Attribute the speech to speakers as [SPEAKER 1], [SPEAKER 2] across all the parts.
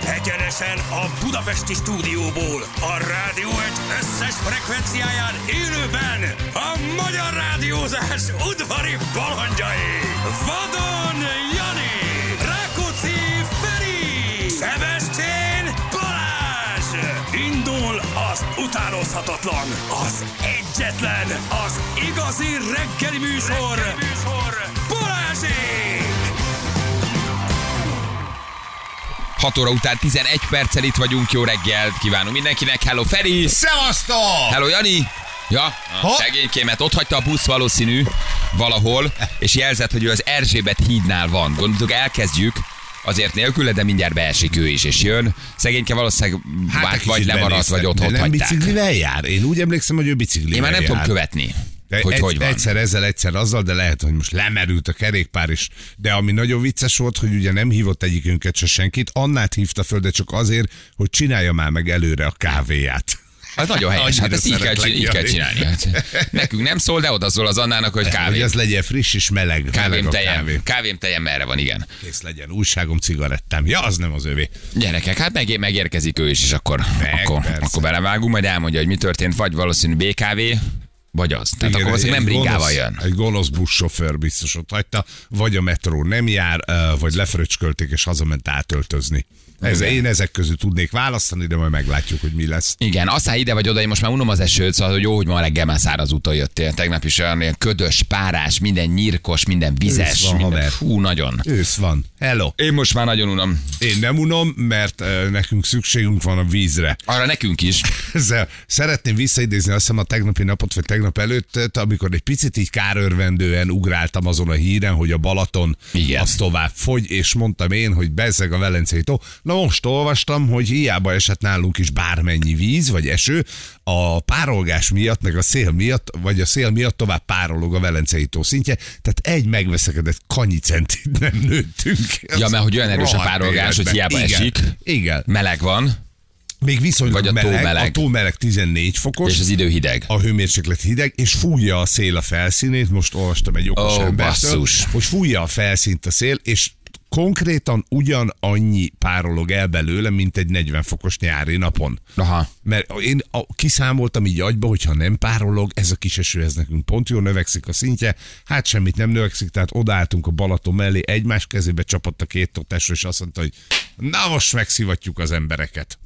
[SPEAKER 1] Élőben a Budapesti stúdióból a rádió egy összes frekvenciáján élőben a magyar rádiózás udvari balandjai. Vadon Jani, Rákóczi Feri, Szebestén Balázs. Indul az utánozhatatlan, az egyetlen, az igazi reggeli műsor, reggeli műsor. Balázsék!
[SPEAKER 2] 6 óra után 11 perccel itt vagyunk. Jó reggelt kívánunk mindenkinek. Hello Feri!
[SPEAKER 3] Szevasztok!
[SPEAKER 2] Hello Jani! Ja,
[SPEAKER 3] Ha?
[SPEAKER 2] segénykémet ott hagyta a busz valószínű valahol, és jelzett, hogy ő az Erzsébet hídnál van. Gondoltuk, elkezdjük, azért nélküle, de mindjárt beesik ő is, és jön. Szegényke valószínűleg hát
[SPEAKER 3] egy
[SPEAKER 2] vagy,
[SPEAKER 3] kicsit
[SPEAKER 2] vagy lemaradt,
[SPEAKER 3] benéztem,
[SPEAKER 2] vagy
[SPEAKER 3] de
[SPEAKER 2] otthon
[SPEAKER 3] Nem
[SPEAKER 2] hagyták.
[SPEAKER 3] biciklivel jár? Én úgy emlékszem, hogy ő biciklivel
[SPEAKER 2] Én már nem
[SPEAKER 3] jár.
[SPEAKER 2] tudom követni,
[SPEAKER 3] De
[SPEAKER 2] hogy
[SPEAKER 3] egy,
[SPEAKER 2] hogy van.
[SPEAKER 3] Egyszer ezzel, egyszer azzal, de lehet, hogy most lemerült a kerékpár is. De ami nagyon vicces volt, hogy ugye nem hívott egyikünket se senkit, Annát hívta föl, de csak azért, hogy csinálja már meg előre a kávéját.
[SPEAKER 2] Az nagyon helyes,
[SPEAKER 3] Annyira
[SPEAKER 2] hát ezt így kell,
[SPEAKER 3] szeretlek,
[SPEAKER 2] csin- így kell
[SPEAKER 3] Jani.
[SPEAKER 2] csinálni. Hát, nekünk nem szól, de oda szól az Annának, hogy
[SPEAKER 3] Hogy
[SPEAKER 2] kávé.
[SPEAKER 3] az legyen friss és meleg. meleg
[SPEAKER 2] Kávém
[SPEAKER 3] a
[SPEAKER 2] tejem,
[SPEAKER 3] kávé.
[SPEAKER 2] kávém tejem merre van, igen.
[SPEAKER 3] Kész legyen, újságom, cigarettám. Ja, az nem az övé.
[SPEAKER 2] Gyerekek, hát meg, megérkezik ő is, és akkor,
[SPEAKER 3] Meg,
[SPEAKER 2] akkor,
[SPEAKER 3] persze.
[SPEAKER 2] akkor belevágunk, majd elmondja, hogy mi történt, vagy valószínű BKV, vagy az. Tehát Igen, akkor
[SPEAKER 3] egy-
[SPEAKER 2] azért nem
[SPEAKER 3] egy
[SPEAKER 2] bringával
[SPEAKER 3] gonosz-
[SPEAKER 2] jön.
[SPEAKER 3] Egy gonosz buszsofőr biztos ott hagyta, vagy a metró nem jár, ö, vagy lefröcskölték és hazament átöltözni. Ez,
[SPEAKER 2] Igen.
[SPEAKER 3] én ezek közül tudnék választani, de majd meglátjuk, hogy mi lesz.
[SPEAKER 2] Igen, aztán ide vagy oda, én most már unom az esőt, szóval hogy jó, hogy ma reggel már száraz úton jöttél. Tegnap is olyan ilyen ködös, párás, minden nyírkos, minden vizes.
[SPEAKER 3] Ősz van,
[SPEAKER 2] minden,
[SPEAKER 3] haver.
[SPEAKER 2] fú, nagyon.
[SPEAKER 3] Ősz van. Hello.
[SPEAKER 2] Én most már nagyon unom.
[SPEAKER 3] Én nem unom, mert ö, nekünk szükségünk van a vízre.
[SPEAKER 2] Arra nekünk is.
[SPEAKER 3] Ezzel szeretném visszaidézni azt hiszem a tegnapi napot, vagy tegnap előtt, amikor egy picit így kárörvendően ugráltam azon a híren, hogy a Balaton
[SPEAKER 2] Igen.
[SPEAKER 3] az tovább fogy, és mondtam én, hogy bezzeg a Velencei tó. Na most olvastam, hogy hiába esett nálunk is bármennyi víz, vagy eső, a párolgás miatt, meg a szél miatt, vagy a szél miatt tovább párolog a Velencei tó szintje, tehát egy megveszekedett kanyi centit nem nőttünk.
[SPEAKER 2] Ja, mert hogy olyan erős a
[SPEAKER 3] Rohadt
[SPEAKER 2] párolgás, hogy
[SPEAKER 3] életben.
[SPEAKER 2] hiába
[SPEAKER 3] Igen.
[SPEAKER 2] esik.
[SPEAKER 3] Igen.
[SPEAKER 2] Meleg van,
[SPEAKER 3] Még viszonylag
[SPEAKER 2] Vagy a tó
[SPEAKER 3] meleg,
[SPEAKER 2] meleg.
[SPEAKER 3] A tó meleg 14 fokos,
[SPEAKER 2] és az idő hideg.
[SPEAKER 3] a hőmérséklet hideg, és fújja a szél a felszínét, most olvastam egy okos
[SPEAKER 2] Ó,
[SPEAKER 3] embertől,
[SPEAKER 2] basszus.
[SPEAKER 3] hogy fújja a felszínt a szél, és konkrétan ugyanannyi párolog el belőle, mint egy 40 fokos nyári napon.
[SPEAKER 2] Aha.
[SPEAKER 3] Mert én a, kiszámoltam így agyba, hogy ha nem párolog, ez a kis eső, ez nekünk pont jó, növekszik a szintje, hát semmit nem növekszik, tehát odaálltunk a Balaton mellé, egymás kezébe csapott a két totásra, és azt mondta, hogy na most megszivatjuk az embereket.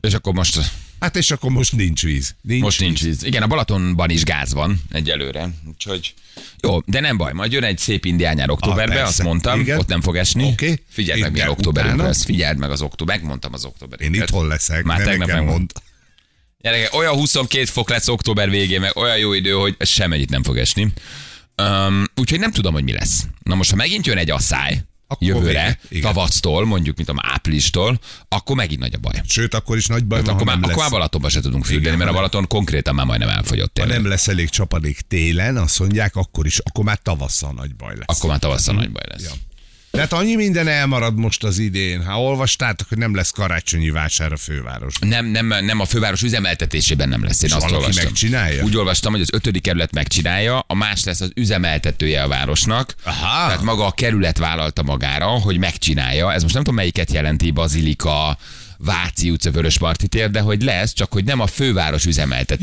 [SPEAKER 2] És akkor most,
[SPEAKER 3] Hát és akkor most nincs víz. Nincs
[SPEAKER 2] most nincs víz. Igen, a Balatonban is gáz van egyelőre. Úgyhogy jó, de nem baj, majd jön egy szép indián nyár októberbe,
[SPEAKER 3] Ah,
[SPEAKER 2] ah, azt
[SPEAKER 3] persze.
[SPEAKER 2] mondtam, Igen.
[SPEAKER 3] Igen.
[SPEAKER 2] ott nem fog esni.
[SPEAKER 3] Oké.
[SPEAKER 2] Figyeld meg,
[SPEAKER 3] Én
[SPEAKER 2] milyen
[SPEAKER 3] de
[SPEAKER 2] októberünk
[SPEAKER 3] utána?
[SPEAKER 2] lesz. Figyeld meg az október, megmondtam az október.
[SPEAKER 3] Én itthon leszek,
[SPEAKER 2] Már
[SPEAKER 3] Már
[SPEAKER 2] tegnap
[SPEAKER 3] tegnap nem
[SPEAKER 2] megmond-
[SPEAKER 3] mond.
[SPEAKER 2] Gyerekek, olyan 22 fok lesz október végén, meg olyan jó idő, hogy semmit nem fog esni. Um, úgyhogy nem tudom, hogy mi lesz. Na most, ha megint jön egy asszály,
[SPEAKER 3] Akkor
[SPEAKER 2] jövőre,
[SPEAKER 3] vége. Igen.
[SPEAKER 2] tavasztól, mondjuk, mint a áprilistól, akkor megint nagy a baj.
[SPEAKER 3] Sőt, akkor is nagy baj
[SPEAKER 2] Hát
[SPEAKER 3] van,
[SPEAKER 2] akkor,
[SPEAKER 3] ha
[SPEAKER 2] már,
[SPEAKER 3] nem,
[SPEAKER 2] akkor már
[SPEAKER 3] lesz,
[SPEAKER 2] Balatonba se tudunk függeni,
[SPEAKER 3] Igen,
[SPEAKER 2] mert a
[SPEAKER 3] ha nem-
[SPEAKER 2] Balaton konkrétan már majdnem elfogyott
[SPEAKER 3] ha
[SPEAKER 2] tényleg.
[SPEAKER 3] nem lesz elég csapadék télen, azt mondják, akkor is, akkor már tavasszal nagy baj lesz.
[SPEAKER 2] Akkor már tavasszal nagy baj lesz.
[SPEAKER 3] Mhm. Ja. De hát annyi minden elmarad most az idén. Ha olvastátok, hogy nem lesz karácsonyi vásár a főváros.
[SPEAKER 2] Nem, nem, nem a főváros üzemeltetésében nem lesz. Én
[SPEAKER 3] És
[SPEAKER 2] azt
[SPEAKER 3] valaki
[SPEAKER 2] olvastam.
[SPEAKER 3] megcsinálja?
[SPEAKER 2] Úgy olvastam, hogy az ötödik kerület megcsinálja, a más lesz az üzemeltetője a városnak.
[SPEAKER 3] Aha.
[SPEAKER 2] Tehát maga a kerület vállalta magára, hogy megcsinálja. Ez most nem tudom, melyiket jelenti Bazilika, Váci utca, Vörösmarty tér, de hogy lesz, csak hogy nem a főváros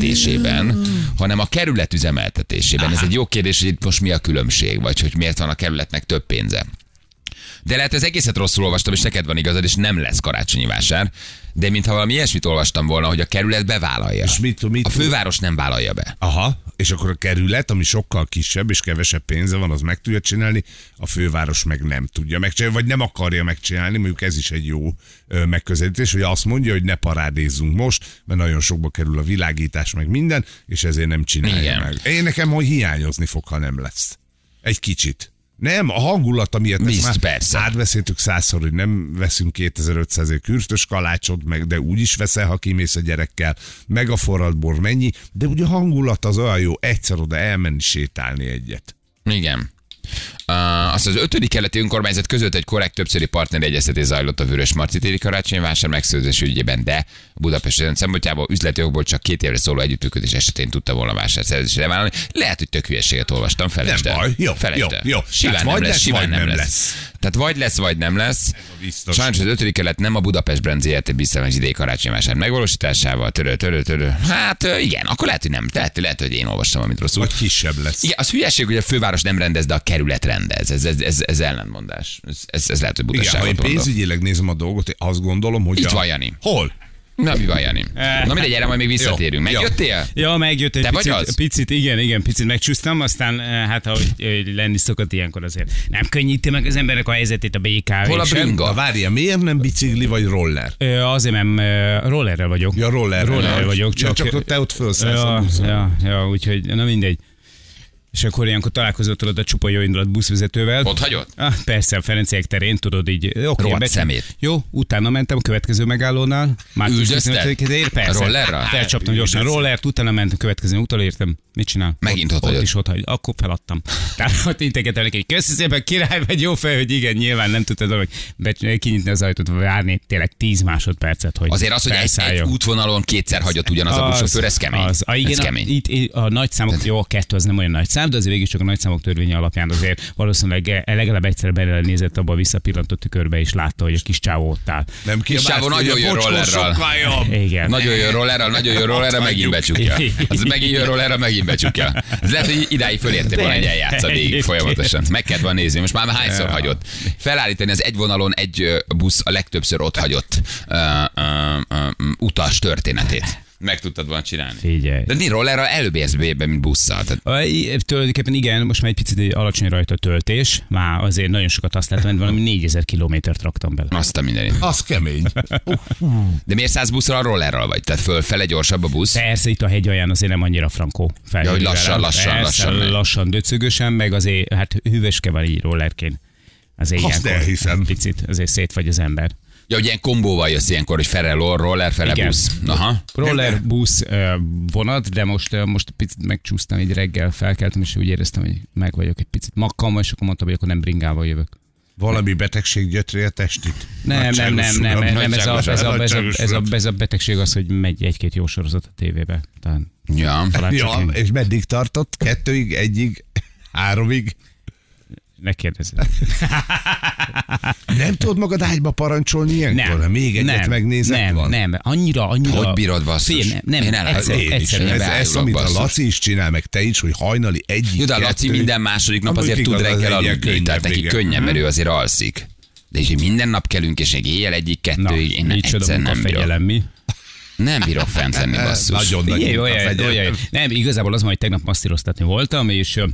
[SPEAKER 2] üzemeltetésében, hanem a kerület üzemeltetésében. Ez egy jó kérdés, hogy itt most mi a különbség, vagy hogy miért van a kerületnek több pénze. De lehet, hogy az egészet rosszul olvastam, és neked van igazad, és nem lesz karácsonyi vásár. De mintha valami ilyesmit olvastam volna, hogy a kerület bevállalja.
[SPEAKER 3] És mit, mit
[SPEAKER 2] A főváros nem vállalja be.
[SPEAKER 3] Aha, és akkor a kerület, ami sokkal kisebb és kevesebb pénze van, az meg tudja csinálni, a főváros meg nem tudja megcsinálni, vagy nem akarja megcsinálni, mondjuk ez is egy jó ö, megközelítés, hogy azt mondja, hogy ne parádézzunk most, mert nagyon sokba kerül a világítás, meg minden, és ezért nem csinálja
[SPEAKER 2] Igen.
[SPEAKER 3] Igen. meg. Én nekem hogy hiányozni fog, ha nem lesz. Egy kicsit. Nem, a hangulata miatt ezt
[SPEAKER 2] Bizt,
[SPEAKER 3] már
[SPEAKER 2] persze.
[SPEAKER 3] átbeszéltük százszor, hogy nem veszünk 2500 ért kürtös kalácsot, meg, de úgy is veszel, ha kimész a gyerekkel, meg a forralt bor mennyi, de ugye a hangulat az olyan jó, egyszer oda elmenni sétálni egyet.
[SPEAKER 2] Igen. Uh, azt Azt az ötödik keleti önkormányzat között egy korrekt többszöri partneregyeztetés zajlott a Vörös Marci téri karácsonyvásár megszerzés ügyében, de a Budapest rend szempontjából üzleti okból csak két évre szóló együttműködés esetén tudta volna vásárszerzésre vállalni. Lehet, hogy tök hülyeséget olvastam, felejtsd
[SPEAKER 3] Nem
[SPEAKER 2] el.
[SPEAKER 3] baj, jó,
[SPEAKER 2] Felejtsd
[SPEAKER 3] jó,
[SPEAKER 2] el.
[SPEAKER 3] jó.
[SPEAKER 2] Simán
[SPEAKER 3] Tehát
[SPEAKER 2] nem
[SPEAKER 3] vagy
[SPEAKER 2] lesz,
[SPEAKER 3] lesz,
[SPEAKER 2] simán
[SPEAKER 3] vagy
[SPEAKER 2] nem
[SPEAKER 3] nem
[SPEAKER 2] lesz.
[SPEAKER 3] lesz.
[SPEAKER 2] Tehát vagy lesz, vagy nem lesz.
[SPEAKER 3] a biztos.
[SPEAKER 2] Sajnos az ötödik kelet nem a Budapest Brand ZRT biztos idei karácsonyvásár megvalósításával, törő, törő, törő. Hát ö, igen, akkor lehet, hogy nem. Lehet, lehet hogy én olvastam, amit rosszul.
[SPEAKER 3] Vagy kisebb lesz.
[SPEAKER 2] Igen, az hülyeség, hogy a főváros nem rendez, de a kerület rendez. Ez, ez, ez, ez ellentmondás. Ez, ez, ez lehet, hogy
[SPEAKER 3] Igen, ha én
[SPEAKER 2] butaságot mondok.
[SPEAKER 3] pénzügyileg nézem a dolgot, én azt gondolom, hogy...
[SPEAKER 2] Itt
[SPEAKER 3] a...
[SPEAKER 2] van, Jani.
[SPEAKER 3] Hol?
[SPEAKER 2] Na, mi van, Jani?
[SPEAKER 4] Eh.
[SPEAKER 2] Na mindegy, erre majd még visszatérünk.
[SPEAKER 3] Jó, jó.
[SPEAKER 2] Megjöttél?
[SPEAKER 4] Ja, megjött egy
[SPEAKER 2] Te vagy
[SPEAKER 4] picit,
[SPEAKER 2] az?
[SPEAKER 4] picit, igen, igen, picit megcsúsztam, aztán eh, hát ahogy eh, lenni szokott ilyenkor azért. Nem könnyíti meg az emberek a helyzetét a BKV
[SPEAKER 2] Hol a
[SPEAKER 4] sem.
[SPEAKER 2] bringa?
[SPEAKER 3] Na várja, miért nem bicikli vagy roller?
[SPEAKER 4] Ö, Azért nem eh, rollerrel vagyok.
[SPEAKER 3] Ja, roller.
[SPEAKER 4] Rollerrel vagyok,
[SPEAKER 3] Ja,
[SPEAKER 4] csak-
[SPEAKER 3] csak ott te ott felszállsz.
[SPEAKER 4] Ja,
[SPEAKER 3] a buszon.
[SPEAKER 4] ja, ja, úgyhogy, na mindegy. És akkor ilyenkor találkozott tudod a csupa jó indulat buszvezetővel.
[SPEAKER 2] Ott hagyott?
[SPEAKER 4] Ah, persze, a Ferenciek terén, tudod így. Okay,
[SPEAKER 2] Rohadt szemét.
[SPEAKER 4] Jó, utána mentem a következő megállónál. Már
[SPEAKER 2] Üldözted?
[SPEAKER 4] Persze.
[SPEAKER 2] Rollerrel?
[SPEAKER 4] Felcsaptam gyorsan a rollert, utána mentem a következő útra, értem. Mit csinál?
[SPEAKER 2] Megint ott
[SPEAKER 4] ott,
[SPEAKER 2] hagyod.
[SPEAKER 4] is ott hagy. Akkor feladtam. Tehát ott integetem neki, hogy köszi szépen, király vagy jó fej, hogy igen, nyilván nem tudtad hogy be- kinyitni az ajtót, vagy várni tényleg 10 másodpercet, hogy
[SPEAKER 2] Azért az, hogy egy, egy
[SPEAKER 4] felszálljon.
[SPEAKER 2] útvonalon kétszer hagyott ugyanaz a buszsofőr, ez kemény.
[SPEAKER 4] Az, a, igen,
[SPEAKER 2] ez
[SPEAKER 4] A,
[SPEAKER 2] kemény.
[SPEAKER 4] itt- itt a nagy számok, jó, a kettő az nem olyan nagy szám, de azért végig csak a nagy számok törvénye alapján azért valószínűleg eh, legalább egyszer bele nézett abba a visszapillantott tükörbe, és látta, hogy a kis csávó ott áll.
[SPEAKER 3] Nem kiabált,
[SPEAKER 2] Sávon
[SPEAKER 3] hogy
[SPEAKER 2] nagyon
[SPEAKER 3] a
[SPEAKER 2] jön
[SPEAKER 3] bocskor
[SPEAKER 2] rollerral.
[SPEAKER 3] sok vajon.
[SPEAKER 4] Igen.
[SPEAKER 2] Nagyon jön rollerra, nagyon jön rollerra, megint becsukja. Az megint jön rollerra, megint becsukja. Ez lehet, hogy idáig fölérte volna egy eljátsza végig folyamatosan. Meg kellett volna nézni, most már hányszor hagyott. Felállítani az egy vonalon egy ö, busz a legtöbbször ott hagyott ö, ö, ö, utas történetét. Meg tudtad volna csinálni.
[SPEAKER 4] Figyelj.
[SPEAKER 2] De mi rollerra előbb érsz be, mint busszal. Tehát
[SPEAKER 4] A- i- Tulajdonképpen igen, most már egy picit alacsony rajta a töltés, már azért nagyon sokat használtam, mert valami 4000 kilométert raktam bele.
[SPEAKER 2] azt a mindenit.
[SPEAKER 3] Az kemény.
[SPEAKER 2] De miért száz buszra a rollerral vagy? Tehát fölfele gyorsabb a busz?
[SPEAKER 4] Persze itt a hegy alján azért nem annyira frankó. Fel,
[SPEAKER 2] Ja, hogy lassan, lassan,
[SPEAKER 4] Persze,
[SPEAKER 2] lassan megy.
[SPEAKER 4] lassan, döcögösen, meg azért, hát hűvöske van így rollerként. Azért
[SPEAKER 3] Azt
[SPEAKER 4] ilyenkor
[SPEAKER 3] elhiszem.
[SPEAKER 4] picit azért szét vagy az ember.
[SPEAKER 2] Ja, hogy ilyen kombóval jössz ilyenkor, hogy fele roll- roller, fele
[SPEAKER 4] Igen.
[SPEAKER 2] busz. Aha.
[SPEAKER 4] Roller, busz, ö, vonat, de most, ö, most picit megcsúsztam, így reggel felkeltem, és úgy éreztem, hogy meg vagyok egy picit makkam, és akkor mondtam, hogy akkor nem bringával jövök.
[SPEAKER 3] Valami betegség gyötri a testit?
[SPEAKER 4] Nem, nem, nem, nem, nem, nem, ez a, ez a, ez a, ez a, ez a,
[SPEAKER 3] Nagyságos
[SPEAKER 4] ez a betegség az, hogy megy egy-két jó sorozat a tévébe. Talán,
[SPEAKER 2] Ja.
[SPEAKER 4] talán csak
[SPEAKER 3] Ja,
[SPEAKER 4] én-
[SPEAKER 3] és meddig tartott? Kettőig, egyig, háromig?
[SPEAKER 4] ne kérdezz.
[SPEAKER 3] Nem tudod magad ágyba parancsolni ilyenkor?
[SPEAKER 4] Nem.
[SPEAKER 3] Nem. Még egyet
[SPEAKER 4] nem,
[SPEAKER 3] megnézek,
[SPEAKER 4] nem,
[SPEAKER 3] van?
[SPEAKER 4] Nem, annyira, annyira.
[SPEAKER 2] Hogy bírod, basszus?
[SPEAKER 4] Fél, nem,
[SPEAKER 2] Én
[SPEAKER 4] nem,
[SPEAKER 2] elhagyom.
[SPEAKER 4] egyszer,
[SPEAKER 2] Én
[SPEAKER 3] Én is.
[SPEAKER 4] egyszer,
[SPEAKER 2] Egyszerűen
[SPEAKER 3] Ez, ez,
[SPEAKER 2] beállulok,
[SPEAKER 3] amit a
[SPEAKER 2] basszus.
[SPEAKER 3] Laci is csinál, meg te is, hogy hajnali egyik,
[SPEAKER 2] Jó, de a Laci
[SPEAKER 3] kettő.
[SPEAKER 2] minden második nap
[SPEAKER 3] Amúgy
[SPEAKER 2] azért tud
[SPEAKER 3] igaz, az
[SPEAKER 2] reggel
[SPEAKER 3] egy ilyen
[SPEAKER 2] aludni, tehát neki
[SPEAKER 3] igen.
[SPEAKER 2] könnyen,
[SPEAKER 4] Mhm.
[SPEAKER 2] mert ő azért alszik. De így, hogy minden nap kelünk, és még éjjel egyik, kettőig, én
[SPEAKER 4] micsoda
[SPEAKER 2] egyszer nem bírok.
[SPEAKER 4] munkafegyelem, mi?
[SPEAKER 2] Nem bírok fent lenni, basszus.
[SPEAKER 3] Nagyon nagy
[SPEAKER 4] Figyelj,
[SPEAKER 3] munka,
[SPEAKER 4] olyan,
[SPEAKER 3] fegyelem.
[SPEAKER 4] olyan. Nem, igazából az van, hogy tegnap masszíroztatni voltam, és ö,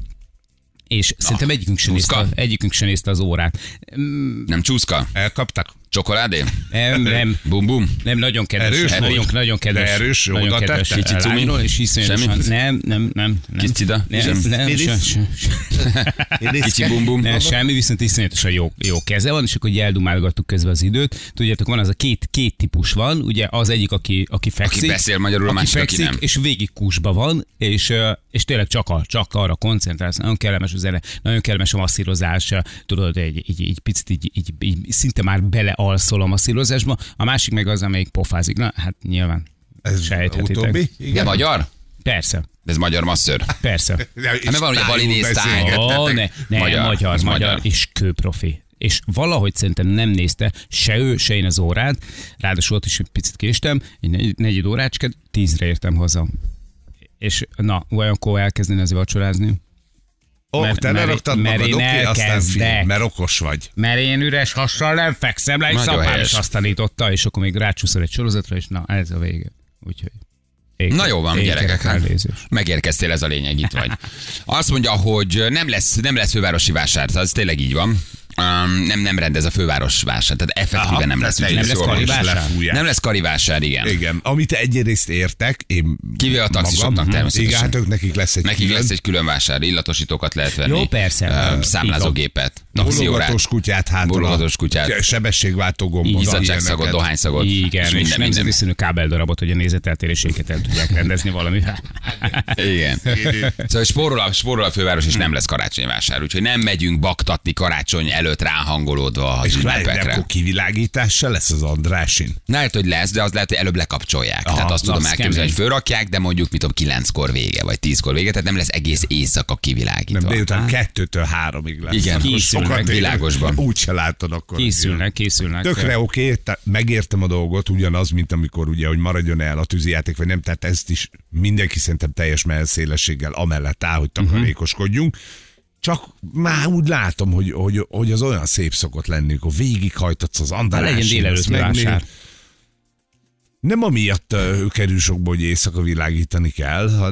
[SPEAKER 4] és szerintem egyikünk sem,
[SPEAKER 2] csúszka.
[SPEAKER 4] nézte, egyikünk sem nézte az órát. Mm,
[SPEAKER 2] Nem csúszka?
[SPEAKER 3] Elkaptak?
[SPEAKER 2] Csokoládé?
[SPEAKER 4] Nem, nem.
[SPEAKER 2] Bum bum.
[SPEAKER 4] Nem, nagyon kedves.
[SPEAKER 3] Erős
[SPEAKER 4] nagyon,
[SPEAKER 3] volt?
[SPEAKER 4] nagyon kedves.
[SPEAKER 3] De erős, jó,
[SPEAKER 4] nagyon
[SPEAKER 3] oda
[SPEAKER 4] kedves.
[SPEAKER 3] tette?
[SPEAKER 2] Kicsi cumi?
[SPEAKER 4] lányról, és iszonyatosan.
[SPEAKER 2] Semmi?
[SPEAKER 4] Nem, nem, nem. nem.
[SPEAKER 2] Kis cida?
[SPEAKER 4] Nem,
[SPEAKER 2] Semmi.
[SPEAKER 4] nem,
[SPEAKER 3] Filis?
[SPEAKER 4] se- se-
[SPEAKER 2] Kicsi bum bum.
[SPEAKER 4] nem, semmi, viszont iszonyatosan jó, jó keze van, és akkor így eldumálgattuk közben az időt. Tudjátok, van az a két, két típus van, ugye az egyik, aki, aki fekszik.
[SPEAKER 2] beszél magyarul, a
[SPEAKER 4] aki
[SPEAKER 2] másik, aki
[SPEAKER 4] fekszik,
[SPEAKER 2] nem.
[SPEAKER 4] És végig kúsba van, és, ö, és tényleg csak, a, csak arra koncentrálsz. Nagyon kellemes a zene, nagyon kellemes a masszírozás, tudod, egy, így, így picit így, így, így, szinte már belealszol a masszírozásba. A másik meg az, amelyik pofázik. Na, hát nyilván.
[SPEAKER 3] Ez
[SPEAKER 4] Sejthetitek.
[SPEAKER 3] utóbbi?
[SPEAKER 2] De magyar?
[SPEAKER 4] Persze,
[SPEAKER 2] Ez magyar masször.
[SPEAKER 4] persze.
[SPEAKER 2] Hát mert van, hogy a Bali néz tájt.
[SPEAKER 4] Ó, ne, ne, magyar,
[SPEAKER 2] Magyar,
[SPEAKER 4] magyar,
[SPEAKER 2] az
[SPEAKER 4] magyar,
[SPEAKER 2] magyar.
[SPEAKER 4] magyar, és kőprofi. És valahogy szerintem nem nézte se ő, se én az órát, ráadásul ott is egy picit késtem, egy negy- negyed órácskát, tízre értem haza. És na, olyankor elkezdeni az vacsorázni,
[SPEAKER 3] Ó,
[SPEAKER 4] Mert-
[SPEAKER 3] te
[SPEAKER 4] mert-
[SPEAKER 3] leraktad
[SPEAKER 4] mert
[SPEAKER 3] magad,
[SPEAKER 4] én
[SPEAKER 3] oké, aztán figyelj,
[SPEAKER 4] elkezdek.
[SPEAKER 3] mert okos vagy.
[SPEAKER 4] mert én üres hassal nem fekszem le, és
[SPEAKER 2] Nagyon
[SPEAKER 4] szapám
[SPEAKER 2] helyes.
[SPEAKER 4] is azt tanította, és akkor még rácsúszol egy sorozatra, és na, ez a vége. Úgyhogy. Ék,
[SPEAKER 2] Na jó van, gyerekek. hát
[SPEAKER 4] elnézést.
[SPEAKER 2] Megérkeztél, ez a lényeg, itt vagy. Azt mondja, hogy nem lesz, nem lesz fővárosi vásár, az tényleg így van. Um, nem, nem rendez a főváros vásár, tehát effektíve nem lesz.
[SPEAKER 3] tehát
[SPEAKER 2] úgyhogy
[SPEAKER 4] nem lesz
[SPEAKER 2] szóval most
[SPEAKER 4] karivásár?
[SPEAKER 2] lefújják. Nem lesz karivásár, igen.
[SPEAKER 3] Igen, amit egyrészt értek, én
[SPEAKER 2] Kivéve a taxisoknak
[SPEAKER 3] magam. Mhm.
[SPEAKER 2] természetesen.
[SPEAKER 3] Igen, hát ők nekik lesz egy
[SPEAKER 2] Nekik
[SPEAKER 3] külön.
[SPEAKER 2] lesz egy külön vásár, illatosítókat lehet venni.
[SPEAKER 4] Jó, persze. hát,
[SPEAKER 2] ö,
[SPEAKER 4] Így van.
[SPEAKER 2] Számlázógépet. napsziórát.
[SPEAKER 3] Bologatós kutyát hátra.
[SPEAKER 2] Bologatós kutyát.
[SPEAKER 3] Ja, Sebességváltó gombot.
[SPEAKER 2] Izzadságszagot, dohányszagot.
[SPEAKER 4] Igen,
[SPEAKER 2] és
[SPEAKER 4] és,
[SPEAKER 2] minden,
[SPEAKER 4] nemzeti
[SPEAKER 2] minden.
[SPEAKER 4] színű kábeldarabot, hogy a nézeteltéréseket el tudják rendezni valamivel.
[SPEAKER 2] Igen. Szóval spórol a, spórol a főváros, és nem lesz karácsonyvásár, úgyhogy nem megyünk baktatni karácsony előtt ráhangolódva az
[SPEAKER 3] És lehet, de
[SPEAKER 2] ünnepekre.
[SPEAKER 3] akkor kivilágítása lesz az Andrásin.
[SPEAKER 2] Lehet, hogy lesz, de az lehet, hogy előbb lekapcsolják.
[SPEAKER 3] Aha,
[SPEAKER 2] tehát azt
[SPEAKER 4] na,
[SPEAKER 2] tudom
[SPEAKER 4] az
[SPEAKER 2] elképzelni, hogy
[SPEAKER 4] kemény.
[SPEAKER 2] fölrakják, de mondjuk, mit tudom, kilenckor vége, vagy tízkor vége, tehát nem lesz egész éjszaka kivilágítva.
[SPEAKER 3] Nem, délután kettőtől háromig lesz.
[SPEAKER 2] Igen,
[SPEAKER 3] Akkor
[SPEAKER 2] készülnek,
[SPEAKER 3] sokat élünk.
[SPEAKER 2] világosban.
[SPEAKER 3] Úgy se látod akkor.
[SPEAKER 4] Készülnek, készülnek.
[SPEAKER 3] Tökre oké, okay, megértem a dolgot, ugyanaz, mint amikor ugye, hogy maradjon el a tűzijáték, vagy nem, tehát ezt is mindenki szerintem teljes melszélességgel amellett áll, hogy
[SPEAKER 2] Mhm.
[SPEAKER 3] takarékoskodjunk. Csak már úgy látom, hogy, hogy, hogy az olyan szép szokott lenni, amikor végighajtatsz az
[SPEAKER 4] Hát
[SPEAKER 3] andalásin.
[SPEAKER 4] legyen délelőtti vásár.
[SPEAKER 3] Nem amiatt ö, kerül sokba, hogy éjszaka világítani kell, ha,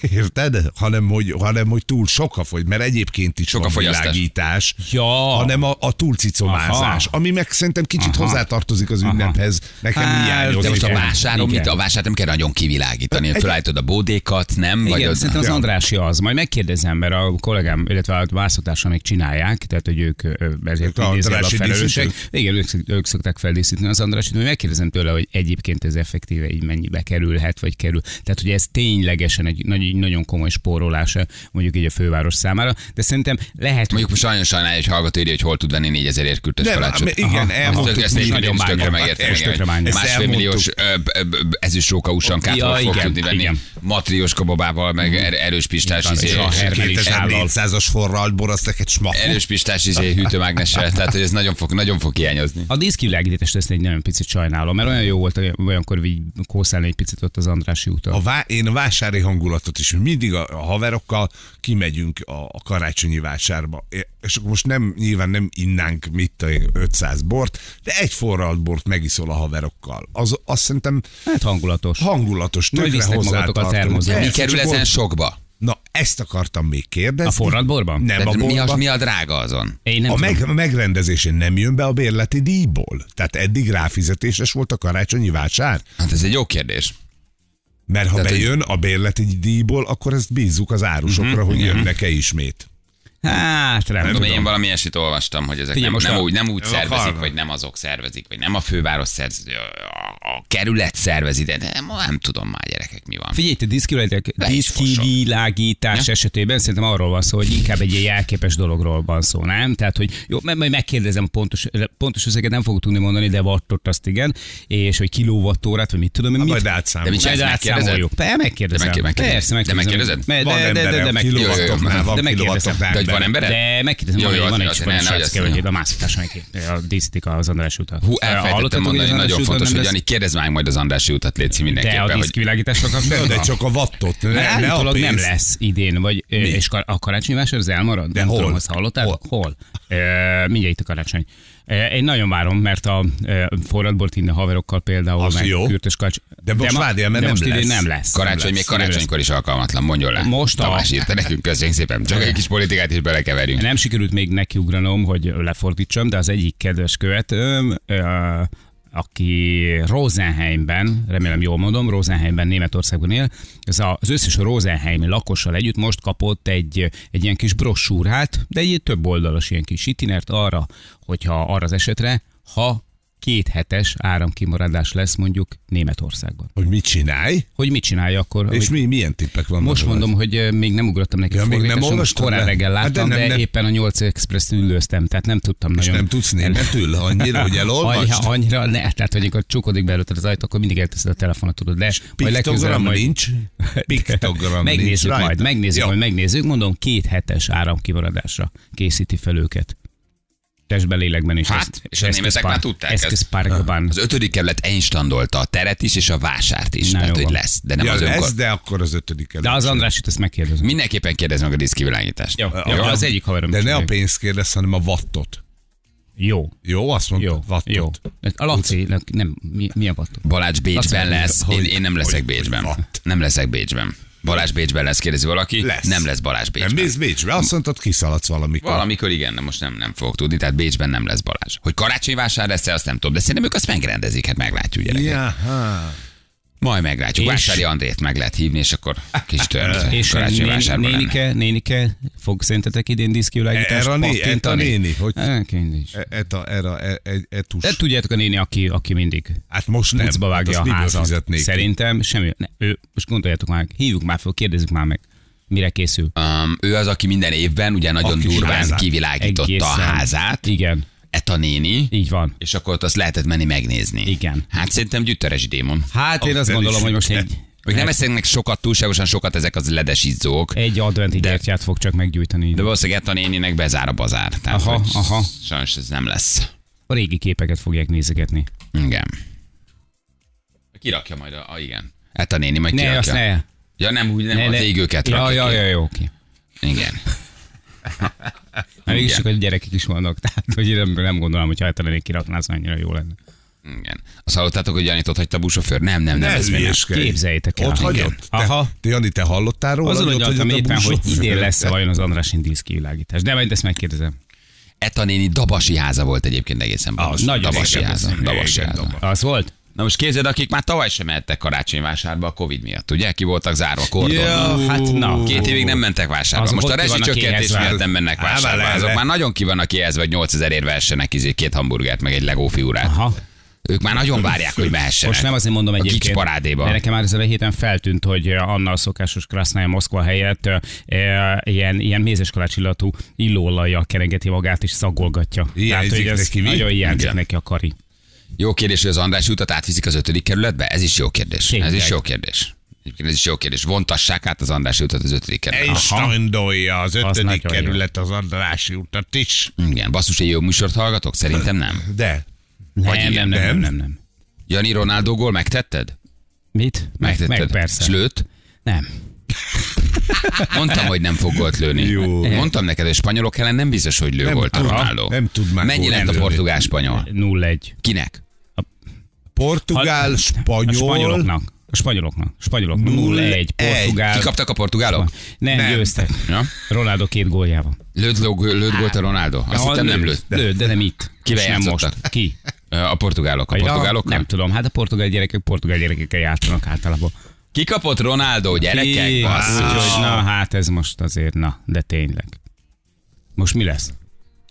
[SPEAKER 3] érted? Hanem hogy, hanem, hogy túl sok a fogy, mert egyébként is
[SPEAKER 2] Sok a
[SPEAKER 3] van
[SPEAKER 2] fogyasztás.
[SPEAKER 3] világítás,
[SPEAKER 4] Ja.
[SPEAKER 3] hanem a, a túlcicomázás,
[SPEAKER 4] Aha.
[SPEAKER 3] ami meg szerintem kicsit Aha. hozzátartozik az ünnephez. Nekem
[SPEAKER 4] Á,
[SPEAKER 3] hiányozik.
[SPEAKER 2] De most a
[SPEAKER 4] Igen.
[SPEAKER 2] vásáron,
[SPEAKER 4] Igen.
[SPEAKER 2] mit, a vásárt nem kell nagyon kivilágítani. Fölállítod a bódékat, nem?
[SPEAKER 4] Igen,
[SPEAKER 2] az-
[SPEAKER 4] szerintem az
[SPEAKER 3] Ja.
[SPEAKER 4] Andrási az. Majd megkérdezem, mert a kollégám, illetve a választátársam még csinálják, tehát hogy ők ö, ö, ezért
[SPEAKER 3] a
[SPEAKER 4] idézve a
[SPEAKER 3] Andrássy
[SPEAKER 4] felelősek.
[SPEAKER 3] díszítők?
[SPEAKER 4] Igen, ők, szok- ők szokták feldíszíteni az Andrásit, hogy megkérdezem tőle, hogy egyébként ez effektíve így mennyibe kerülhet, vagy kerül. Tehát, hogy ez ténylegesen egy nagyon, nagyon komoly spórolása mondjuk így a főváros számára, de szerintem lehet,
[SPEAKER 2] Mondjuk sajnos sajnálja, hogy hallgató írja, hogy hol tud venni 4000 ért kürtös
[SPEAKER 3] Nem,
[SPEAKER 2] kalácsot.
[SPEAKER 3] mert igen,
[SPEAKER 2] Aha.
[SPEAKER 3] elmondtuk,
[SPEAKER 2] Ezt- Ezt
[SPEAKER 4] mi
[SPEAKER 2] én
[SPEAKER 4] nagyon
[SPEAKER 2] nagyon tökre
[SPEAKER 4] bánjuk.
[SPEAKER 2] megértem.
[SPEAKER 4] Ezt
[SPEAKER 2] igen.
[SPEAKER 4] tökre bánjuk.
[SPEAKER 2] Másfél
[SPEAKER 3] Ezt
[SPEAKER 2] milliós ezüstróka usankát
[SPEAKER 4] Ja,
[SPEAKER 2] ja, fog
[SPEAKER 4] igen,
[SPEAKER 2] tudni venni.
[SPEAKER 4] igen. Mhm.
[SPEAKER 2] Matrioska babával, meg er- erős pistás
[SPEAKER 4] Így van,
[SPEAKER 2] izé.
[SPEAKER 4] és a
[SPEAKER 2] és-
[SPEAKER 4] Hermel is áll.
[SPEAKER 3] 2400-as forralt boroztak egy smafot.
[SPEAKER 2] Erős pistás izé hűtőmágnessel, tehát hogy ez nagyon fog, nagyon fog hiányozni.
[SPEAKER 4] A díszkivilágítást ezt egy nagyon picit sajnálom, mert olyan jó volt olyan- olyankor így kószálni egy picit ott az Andrási úton.
[SPEAKER 3] A vá- én a vásári hangulatot is mindig a, a haverokkal kimegyünk a, a karácsonyi vásárba. É- És akkor most nem, nyilván nem innánk mit tudom én, 500 bort, de egy forralt bort megiszol a haverokkal. Az, azt szerintem
[SPEAKER 4] Hát hangulatos.
[SPEAKER 3] hangulatos,
[SPEAKER 4] Majd
[SPEAKER 3] tökre
[SPEAKER 4] visznek magatok a
[SPEAKER 3] hozzátartozik.
[SPEAKER 4] termozba.
[SPEAKER 2] Mi
[SPEAKER 3] Persze,
[SPEAKER 2] kerül
[SPEAKER 3] csak
[SPEAKER 2] ezen
[SPEAKER 3] volt-
[SPEAKER 2] sokba?
[SPEAKER 3] Na, ezt akartam még kérdezni.
[SPEAKER 4] A forradborban?
[SPEAKER 3] Nem, a
[SPEAKER 2] Tehát mi, a,
[SPEAKER 3] borba.
[SPEAKER 2] mi a drága azon?
[SPEAKER 4] Én nem
[SPEAKER 3] A,
[SPEAKER 4] tudom.
[SPEAKER 3] meg, a megrendezésén nem jön be a bérleti díjból. Tehát eddig ráfizetéses volt a karácsonyi vásár.
[SPEAKER 2] Hát ez egy jó kérdés.
[SPEAKER 3] Mert ha
[SPEAKER 2] Tehát,
[SPEAKER 3] Tehát
[SPEAKER 2] hogy-
[SPEAKER 3] bejön a bérleti díjból, akkor ezt bízzuk az árusokra,
[SPEAKER 4] Mhm,
[SPEAKER 3] uh-huh, hogy jönnek-e ismét.
[SPEAKER 4] Hát nem,
[SPEAKER 2] Nem
[SPEAKER 4] tudom.
[SPEAKER 2] tudom, én valami ilyesmit olvastam, hogy ezek
[SPEAKER 4] Figyelj,
[SPEAKER 2] nem,
[SPEAKER 4] most
[SPEAKER 2] nem,
[SPEAKER 4] a-
[SPEAKER 2] úgy, nem úgy
[SPEAKER 3] a
[SPEAKER 2] szervezik,
[SPEAKER 3] karra.
[SPEAKER 2] vagy nem azok szervezik, vagy nem a főváros szervezi, a, a kerület szervezi, de nem, nem tudom már gyerekek mi van.
[SPEAKER 4] Figyelj, te diszkivilágítás-
[SPEAKER 2] Le is fosom.
[SPEAKER 4] diszkivilágítás
[SPEAKER 2] Ja.
[SPEAKER 4] esetében szerintem arról van szó, hogy inkább egy ilyen jelképes dologról van szó, nem? Tehát, hogy jó, mert majd megkérdezem a pontos, pontos összeget, nem fogok tudni mondani, de vattot azt igen, és hogy kilóvattórát, vagy mit tudom én,
[SPEAKER 3] Na,
[SPEAKER 4] mit.
[SPEAKER 3] majd
[SPEAKER 2] De
[SPEAKER 3] átszámolunk.
[SPEAKER 2] mit
[SPEAKER 4] Majd
[SPEAKER 2] csinálsz,
[SPEAKER 4] átszámoljuk.
[SPEAKER 2] megkérdezed?
[SPEAKER 4] Persze, megkérdezem.
[SPEAKER 2] De megkér-
[SPEAKER 4] Persze,
[SPEAKER 2] megkérdezed?
[SPEAKER 4] megkérdezem.
[SPEAKER 2] De megkérdezed?
[SPEAKER 4] Me-
[SPEAKER 3] Van
[SPEAKER 4] de- de- de- de
[SPEAKER 3] emberem,
[SPEAKER 4] megkérdezem.
[SPEAKER 3] kilovatoknál van
[SPEAKER 4] De megkérdezem.
[SPEAKER 3] kilovatoknál
[SPEAKER 2] De hogy van
[SPEAKER 3] ember.
[SPEAKER 2] emberek?
[SPEAKER 4] De megkérdezem,
[SPEAKER 2] Jó,
[SPEAKER 4] van,
[SPEAKER 2] jó,
[SPEAKER 4] egy-
[SPEAKER 2] az-
[SPEAKER 4] van egy
[SPEAKER 2] az-
[SPEAKER 4] spanyol
[SPEAKER 2] ne, ne, hogy
[SPEAKER 4] srác
[SPEAKER 2] azt
[SPEAKER 4] kevegyét, a
[SPEAKER 2] mondjam.
[SPEAKER 4] mászításom, aki a- díszítik az András utat.
[SPEAKER 2] Hú,
[SPEAKER 4] Hallottatok,
[SPEAKER 2] elfelejtettem mondani,
[SPEAKER 4] az
[SPEAKER 2] hogy
[SPEAKER 4] András
[SPEAKER 2] nagyon
[SPEAKER 4] úton
[SPEAKER 2] fontos,
[SPEAKER 4] nem
[SPEAKER 2] hogy
[SPEAKER 4] lesz-
[SPEAKER 2] Jani, kérdezd már majd az Andrási utat, Léci
[SPEAKER 4] De a
[SPEAKER 2] mindenképpen, hogy
[SPEAKER 4] diszkivilágításra
[SPEAKER 3] Na,
[SPEAKER 4] kapcsolatban?
[SPEAKER 3] de csak a vattot, ne,
[SPEAKER 4] Ne,
[SPEAKER 3] ne a
[SPEAKER 4] állítólag nem
[SPEAKER 3] pénzt.
[SPEAKER 4] lesz idén, vagy ö, és kar- a karácsonyi vásár az elmarad? nem
[SPEAKER 3] hol?
[SPEAKER 4] Tudom, azt hallották? Hol? hol? Ö, mindjárt itt a karácsony. Ö, én nagyon várom, mert a ö, forradbort innen haverokkal például,
[SPEAKER 3] Az
[SPEAKER 4] meg
[SPEAKER 3] jó.
[SPEAKER 4] kürtös karácsony.
[SPEAKER 3] De most
[SPEAKER 4] ma-
[SPEAKER 3] várjál, mert
[SPEAKER 4] de
[SPEAKER 3] nem
[SPEAKER 4] most idén
[SPEAKER 3] lesz.
[SPEAKER 4] nem lesz.
[SPEAKER 2] karácsony még karácsonykor is alkalmatlan, mondjon le.
[SPEAKER 4] Most a-
[SPEAKER 2] Tamás írta nekünk, köszönjük szépen, csak egy kis politikát is belekeverjünk.
[SPEAKER 4] Nem sikerült még nekiugranom, hogy lefordítsam, de az egyik kedves követőm, ö, aki Rosenheimben, remélem jól mondom, Rosenheimben, Németországban él, ez a- az összes Rosenheimi lakossal együtt most kapott egy, egy ilyen kis brossúrát, de egy több oldalas ilyen kis itinert arra, hogyha arra az esetre, ha két hetes áramkimaradás lesz mondjuk Németországban.
[SPEAKER 3] Hogy mit csinálj,
[SPEAKER 4] Hogy mit csinálja akkor?
[SPEAKER 3] és mi, milyen tippek vannak.
[SPEAKER 4] Most
[SPEAKER 3] rajta?
[SPEAKER 4] mondom, hogy ö, még nem ugrottam neki
[SPEAKER 3] Ja,
[SPEAKER 4] ja,
[SPEAKER 3] még nem olvastad
[SPEAKER 4] korán
[SPEAKER 3] le?
[SPEAKER 4] reggel
[SPEAKER 3] Hát
[SPEAKER 4] láttam,
[SPEAKER 3] de
[SPEAKER 4] de,
[SPEAKER 3] nem, nem.
[SPEAKER 4] éppen a 8 express üldöztem, tehát nem tudtam
[SPEAKER 3] És
[SPEAKER 4] nagyon.
[SPEAKER 3] nem tudsz németül annyira, hogy
[SPEAKER 4] Annyira,
[SPEAKER 3] elolvasd?
[SPEAKER 4] annyira ne, tehát hogy amikor csukodik belőled az ajtó, akkor mindig elteszed a telefonot, tudod, de majd legközelebb
[SPEAKER 3] Piktogram
[SPEAKER 4] majd...
[SPEAKER 3] nincs? Piktogram nincs
[SPEAKER 4] megnézzük
[SPEAKER 3] rajta?
[SPEAKER 4] majd, megnézzük,
[SPEAKER 3] Jó.
[SPEAKER 4] majd megnézzük, mondom, két hetes áramkimaradásra készíti fel őket. Testben, lélekben is.
[SPEAKER 2] Hát,
[SPEAKER 4] ezt-
[SPEAKER 2] és a németek
[SPEAKER 4] eszközpár-
[SPEAKER 2] már tudták ezt.
[SPEAKER 4] Eszközpárkban.
[SPEAKER 2] Az ötödik kerület einstandolta a teret is, és a vásárt is,
[SPEAKER 4] Na,
[SPEAKER 2] tehát
[SPEAKER 4] jó
[SPEAKER 2] hogy
[SPEAKER 4] van.
[SPEAKER 2] lesz, de nem
[SPEAKER 3] Ja,
[SPEAKER 2] az önkor.
[SPEAKER 3] lesz, de akkor az ötödik
[SPEAKER 4] De az
[SPEAKER 3] előtt.
[SPEAKER 4] Andrásit ezt megkérdezem.
[SPEAKER 2] Mindenképpen kérdezd meg a diszkivilágítást.
[SPEAKER 4] Jó, jó,
[SPEAKER 2] Jó?
[SPEAKER 4] az egyik haverom.
[SPEAKER 3] De
[SPEAKER 4] is
[SPEAKER 3] ne a
[SPEAKER 4] meg.
[SPEAKER 3] pénzt kérdezz, hanem a vattot.
[SPEAKER 4] Jó,
[SPEAKER 3] Jó, azt mondtad,
[SPEAKER 4] jó,
[SPEAKER 3] vattot.
[SPEAKER 4] jó. A Laci, nem, mi, mi a vattot?
[SPEAKER 2] Balázs Bécsben
[SPEAKER 4] mondja,
[SPEAKER 2] lesz,
[SPEAKER 3] hogy-
[SPEAKER 2] én, én nem leszek
[SPEAKER 3] hogy-
[SPEAKER 2] Bécsben.
[SPEAKER 3] hogy hat.
[SPEAKER 2] Nem leszek Bécsben. Balázs Bécsben lesz, kérdezi valaki.
[SPEAKER 3] Lesz.
[SPEAKER 2] Nem lesz Balázs
[SPEAKER 3] Nem
[SPEAKER 2] Bécsben.
[SPEAKER 3] mész Bécsbe,
[SPEAKER 4] Hm.
[SPEAKER 3] azt mondtad, kiszaladsz valamikor.
[SPEAKER 2] Valamikor igen, de most nem, nem fogok tudni, tehát Bécsben nem lesz Balázs. Hogy karácsonyvásár lesz-e, azt nem tudom, de szerintem ők azt megrendezik, hát meglátjuk gyerekek.
[SPEAKER 3] Jaha.
[SPEAKER 2] Majd meglátjuk.
[SPEAKER 4] És-
[SPEAKER 2] Vásári Andrét meg lehet hívni, és akkor kis tört.
[SPEAKER 4] És a
[SPEAKER 2] karácsonyi
[SPEAKER 4] néni,
[SPEAKER 2] vásárban lenne.
[SPEAKER 4] nénike, nénike fog szerintetek idén diszkivilágítást
[SPEAKER 3] Erre a né-
[SPEAKER 4] pattintani?
[SPEAKER 3] erre a néni, hogy-
[SPEAKER 4] Hát, mindegy.
[SPEAKER 3] E- Eta, era, e- egy- etus.
[SPEAKER 4] De tudjátok a néni, aki, aki mindig
[SPEAKER 3] Hát most nem.
[SPEAKER 4] pucba
[SPEAKER 3] Hát
[SPEAKER 4] vágja
[SPEAKER 3] azt
[SPEAKER 4] a
[SPEAKER 3] miből
[SPEAKER 4] házat.
[SPEAKER 3] fizetnék?
[SPEAKER 4] Szerintem semmi. Ne, ő, most gondoljátok már, hívjuk már föl, kérdezzük már meg, mire készül.
[SPEAKER 2] Um, ő az, aki minden évben ugye nagyon
[SPEAKER 3] A kis
[SPEAKER 2] durván
[SPEAKER 3] házát.
[SPEAKER 2] kivilágította a házát.
[SPEAKER 4] Igen,
[SPEAKER 2] Eta néni.
[SPEAKER 4] így van.
[SPEAKER 2] És akkor ott azt lehetett menni megnézni.
[SPEAKER 4] Igen.
[SPEAKER 2] Hát szerintem gyüttöres démon.
[SPEAKER 4] Hát én
[SPEAKER 3] Ah,
[SPEAKER 4] azt
[SPEAKER 3] te
[SPEAKER 4] gondolom,
[SPEAKER 3] is.
[SPEAKER 4] hogy most egy,
[SPEAKER 2] Még nem esznek sokat, túlságosan sokat ezek az ledes izzók.
[SPEAKER 4] egy adventi gyertyát fog csak meggyújtani.
[SPEAKER 2] De
[SPEAKER 4] De
[SPEAKER 2] valószínűleg Eta néninek bezár a bazár. Tehát,
[SPEAKER 4] Aha,
[SPEAKER 2] hogy
[SPEAKER 4] aha.
[SPEAKER 2] Sajnos ez nem lesz.
[SPEAKER 4] a régi képeket fogják nézegetni.
[SPEAKER 2] Igen. Kirakja majd a... a igen. Eta néni majd
[SPEAKER 4] Ne,
[SPEAKER 2] kirakja.
[SPEAKER 4] azt ne.
[SPEAKER 2] Ja nem, úgy nem,
[SPEAKER 4] ne,
[SPEAKER 2] az
[SPEAKER 4] ne.
[SPEAKER 2] égőket
[SPEAKER 4] ja,
[SPEAKER 2] rakja
[SPEAKER 4] ja,
[SPEAKER 2] ki.
[SPEAKER 4] ja, jó, oké.
[SPEAKER 2] Igen.
[SPEAKER 4] Már mégis
[SPEAKER 2] Igen.
[SPEAKER 4] csak, hogy gyerekek is vannak, tehát hogy én nem, nem gondolom, hogy ha eltelenék kirakná, az annyira jó lenne.
[SPEAKER 2] Igen. Azt hallottátok, hogy Janitot hagyta a buszsofőr? Nem, nem, nem.
[SPEAKER 3] Ne
[SPEAKER 2] ez még nem.
[SPEAKER 3] hülyeskedj.
[SPEAKER 4] Képzeljétek el.
[SPEAKER 3] Ott
[SPEAKER 4] Igen.
[SPEAKER 3] hagyott?
[SPEAKER 4] Aha.
[SPEAKER 3] Aha. Te, Jani, te hallottál róla?
[SPEAKER 4] Azon,
[SPEAKER 3] hogy
[SPEAKER 4] hogy
[SPEAKER 3] ott hagyott a
[SPEAKER 4] éppen, hogy
[SPEAKER 3] buszsofőr?
[SPEAKER 4] idén lesz-e vajon az Andrásin díszkivilágítás. De majd ezt megkérdezem.
[SPEAKER 2] Eta néni dabasi háza volt egyébként egészen pontosan.
[SPEAKER 4] nagyon
[SPEAKER 2] dabasi
[SPEAKER 4] régen
[SPEAKER 2] háza.
[SPEAKER 4] volt.
[SPEAKER 2] Dabasi
[SPEAKER 3] Régen
[SPEAKER 2] háza.
[SPEAKER 3] daba.
[SPEAKER 4] Az volt?
[SPEAKER 2] Na most képzeld, akik már tavaly sem mehettek karácsonyvásárba a Covid miatt, ugye? Ki voltak zárva kordonnal.
[SPEAKER 4] Ja, hát na.
[SPEAKER 2] Két évig nem mentek vásárba.
[SPEAKER 4] Azok
[SPEAKER 2] Azok most a
[SPEAKER 4] ott ki vannak
[SPEAKER 2] rezsicsökkentés
[SPEAKER 4] éhezve.
[SPEAKER 2] miatt nem mennek
[SPEAKER 3] Á, már
[SPEAKER 2] vásárba.
[SPEAKER 3] le-
[SPEAKER 2] Azok
[SPEAKER 3] le-
[SPEAKER 2] már nagyon ki vannak éhezve, hogy 8000 ért versenek izé két hamburgert, meg egy legó fiúrát.
[SPEAKER 4] Aha.
[SPEAKER 2] Ők már nagyon várják, hogy mehessenek.
[SPEAKER 4] Most nem azért mondom
[SPEAKER 2] a
[SPEAKER 4] egyébként,
[SPEAKER 2] kics parádéba.
[SPEAKER 4] de nekem már ezen a héten feltűnt, hogy eh, Anna a szokásos Krasznaja Moszkva helyett eh, eh, ilyen, ilyen mézeskalács illatú illóolajjal kerengeti magát és szagolgatja.
[SPEAKER 3] Hiányzik
[SPEAKER 4] hogy ez
[SPEAKER 3] neki, mi?
[SPEAKER 4] nagyon hiányzik
[SPEAKER 2] Igen.
[SPEAKER 4] neki a kari.
[SPEAKER 2] Jó kérdés, hogy az András utat átviszik az ötödik kerületbe? Ez is jó kérdés.
[SPEAKER 4] Tényleg.
[SPEAKER 2] Ez is jó kérdés. Egyébként ez is jó kérdés. Vontassák át az András utat az ötödik kerületbe.
[SPEAKER 3] Einsteindolja az ötödik
[SPEAKER 4] nagyon jó.
[SPEAKER 3] kerület az Andrási utat is.
[SPEAKER 2] Igen, basszus, egy jó műsort hallgatok? Szerintem nem.
[SPEAKER 3] De.
[SPEAKER 4] Nem,
[SPEAKER 2] Vagy
[SPEAKER 4] nem,
[SPEAKER 2] igen,
[SPEAKER 4] nem, nem,
[SPEAKER 3] nem?
[SPEAKER 4] nem, nem.
[SPEAKER 2] Jani Ronaldo gól megtetted?
[SPEAKER 4] Mit? Meg,
[SPEAKER 2] Megtetted.
[SPEAKER 4] meg persze.
[SPEAKER 2] És lőtt?
[SPEAKER 4] Nem.
[SPEAKER 2] Mondtam, hogy nem fog gólt lőni.
[SPEAKER 3] Jó.
[SPEAKER 2] Mondtam neked, hogy spanyolok ellen nem biztos, hogy lő
[SPEAKER 3] Nem
[SPEAKER 2] gólt a
[SPEAKER 3] tud-
[SPEAKER 2] Ronaldo.
[SPEAKER 3] nem tud már
[SPEAKER 2] Mennyi
[SPEAKER 3] gólt
[SPEAKER 2] lett a
[SPEAKER 3] lőni.
[SPEAKER 2] portugál-spanyol?
[SPEAKER 4] 0-1.
[SPEAKER 2] Kinek?
[SPEAKER 3] Portugál,
[SPEAKER 4] A-
[SPEAKER 3] spanyol.
[SPEAKER 4] A spanyoloknak. A spanyoloknak. A spanyoloknak. 0-1. Portugál.
[SPEAKER 2] Kikaptak a portugálok?
[SPEAKER 4] Nem,
[SPEAKER 3] Nem.
[SPEAKER 4] győztek.
[SPEAKER 2] Ja?
[SPEAKER 4] Ronaldo két góljával.
[SPEAKER 2] Lőtt, ló- lőtt gólt a Ronaldo? Azt hittem nem lőtt.
[SPEAKER 4] Lőtt, de nem itt.
[SPEAKER 2] Kivel
[SPEAKER 4] És nem
[SPEAKER 2] játszottak?
[SPEAKER 4] most. Ki?
[SPEAKER 2] A portugálok. A portugálok?
[SPEAKER 4] Nem tudom, hát a portugál gyerekek portugál gyerekekkel játszanak általában.
[SPEAKER 2] Kikapott Ronaldo, gyerekek?
[SPEAKER 4] Ki?
[SPEAKER 2] Basszus.
[SPEAKER 4] Úgyhogy na, hát ez most azért, na, de tényleg. Most mi lesz?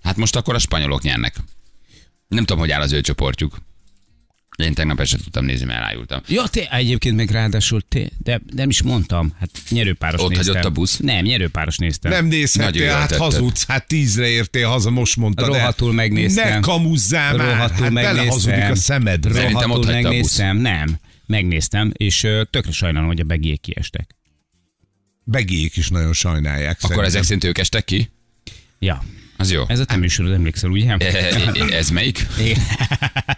[SPEAKER 2] Hát most akkor a spanyolok nyernek. Nem tudom, hogy áll az ő csoportjuk. Én tegnap ezt sem tudtam nézni, mert elájultam.
[SPEAKER 4] Ja, te egyébként meg ráadásul, te, de nem is mondtam, hát nyerőpáros
[SPEAKER 2] Ott
[SPEAKER 4] néztem.
[SPEAKER 2] hagyott a busz?
[SPEAKER 4] Nem, nyerőpáros néztem.
[SPEAKER 3] Nem
[SPEAKER 2] Nagyon
[SPEAKER 3] nézhettél,
[SPEAKER 2] jól
[SPEAKER 3] hát
[SPEAKER 2] tetted.
[SPEAKER 3] hazudsz, hát tízre értél haza, most mondtad. el.
[SPEAKER 4] Rohadtul megnéztem.
[SPEAKER 3] Ne kamuzzál már,
[SPEAKER 4] Rohadtul
[SPEAKER 3] hát belehazudik a szemed.
[SPEAKER 2] Szerintem ott
[SPEAKER 4] Rohadtul
[SPEAKER 2] hagyta a busz.
[SPEAKER 4] megnéztem, nem. Megnéztem, és ö, tökre sajnálom, hogy a begiek kiestek.
[SPEAKER 3] Begék is nagyon sajnálják.
[SPEAKER 2] Akkor
[SPEAKER 3] szerintem.
[SPEAKER 2] ezek szerint ők estek ki?
[SPEAKER 4] Ja,
[SPEAKER 2] Az jó.
[SPEAKER 4] ez a te műsorod, emlékszel, ugye?
[SPEAKER 2] E- e- e- Ez melyik?
[SPEAKER 4] Én-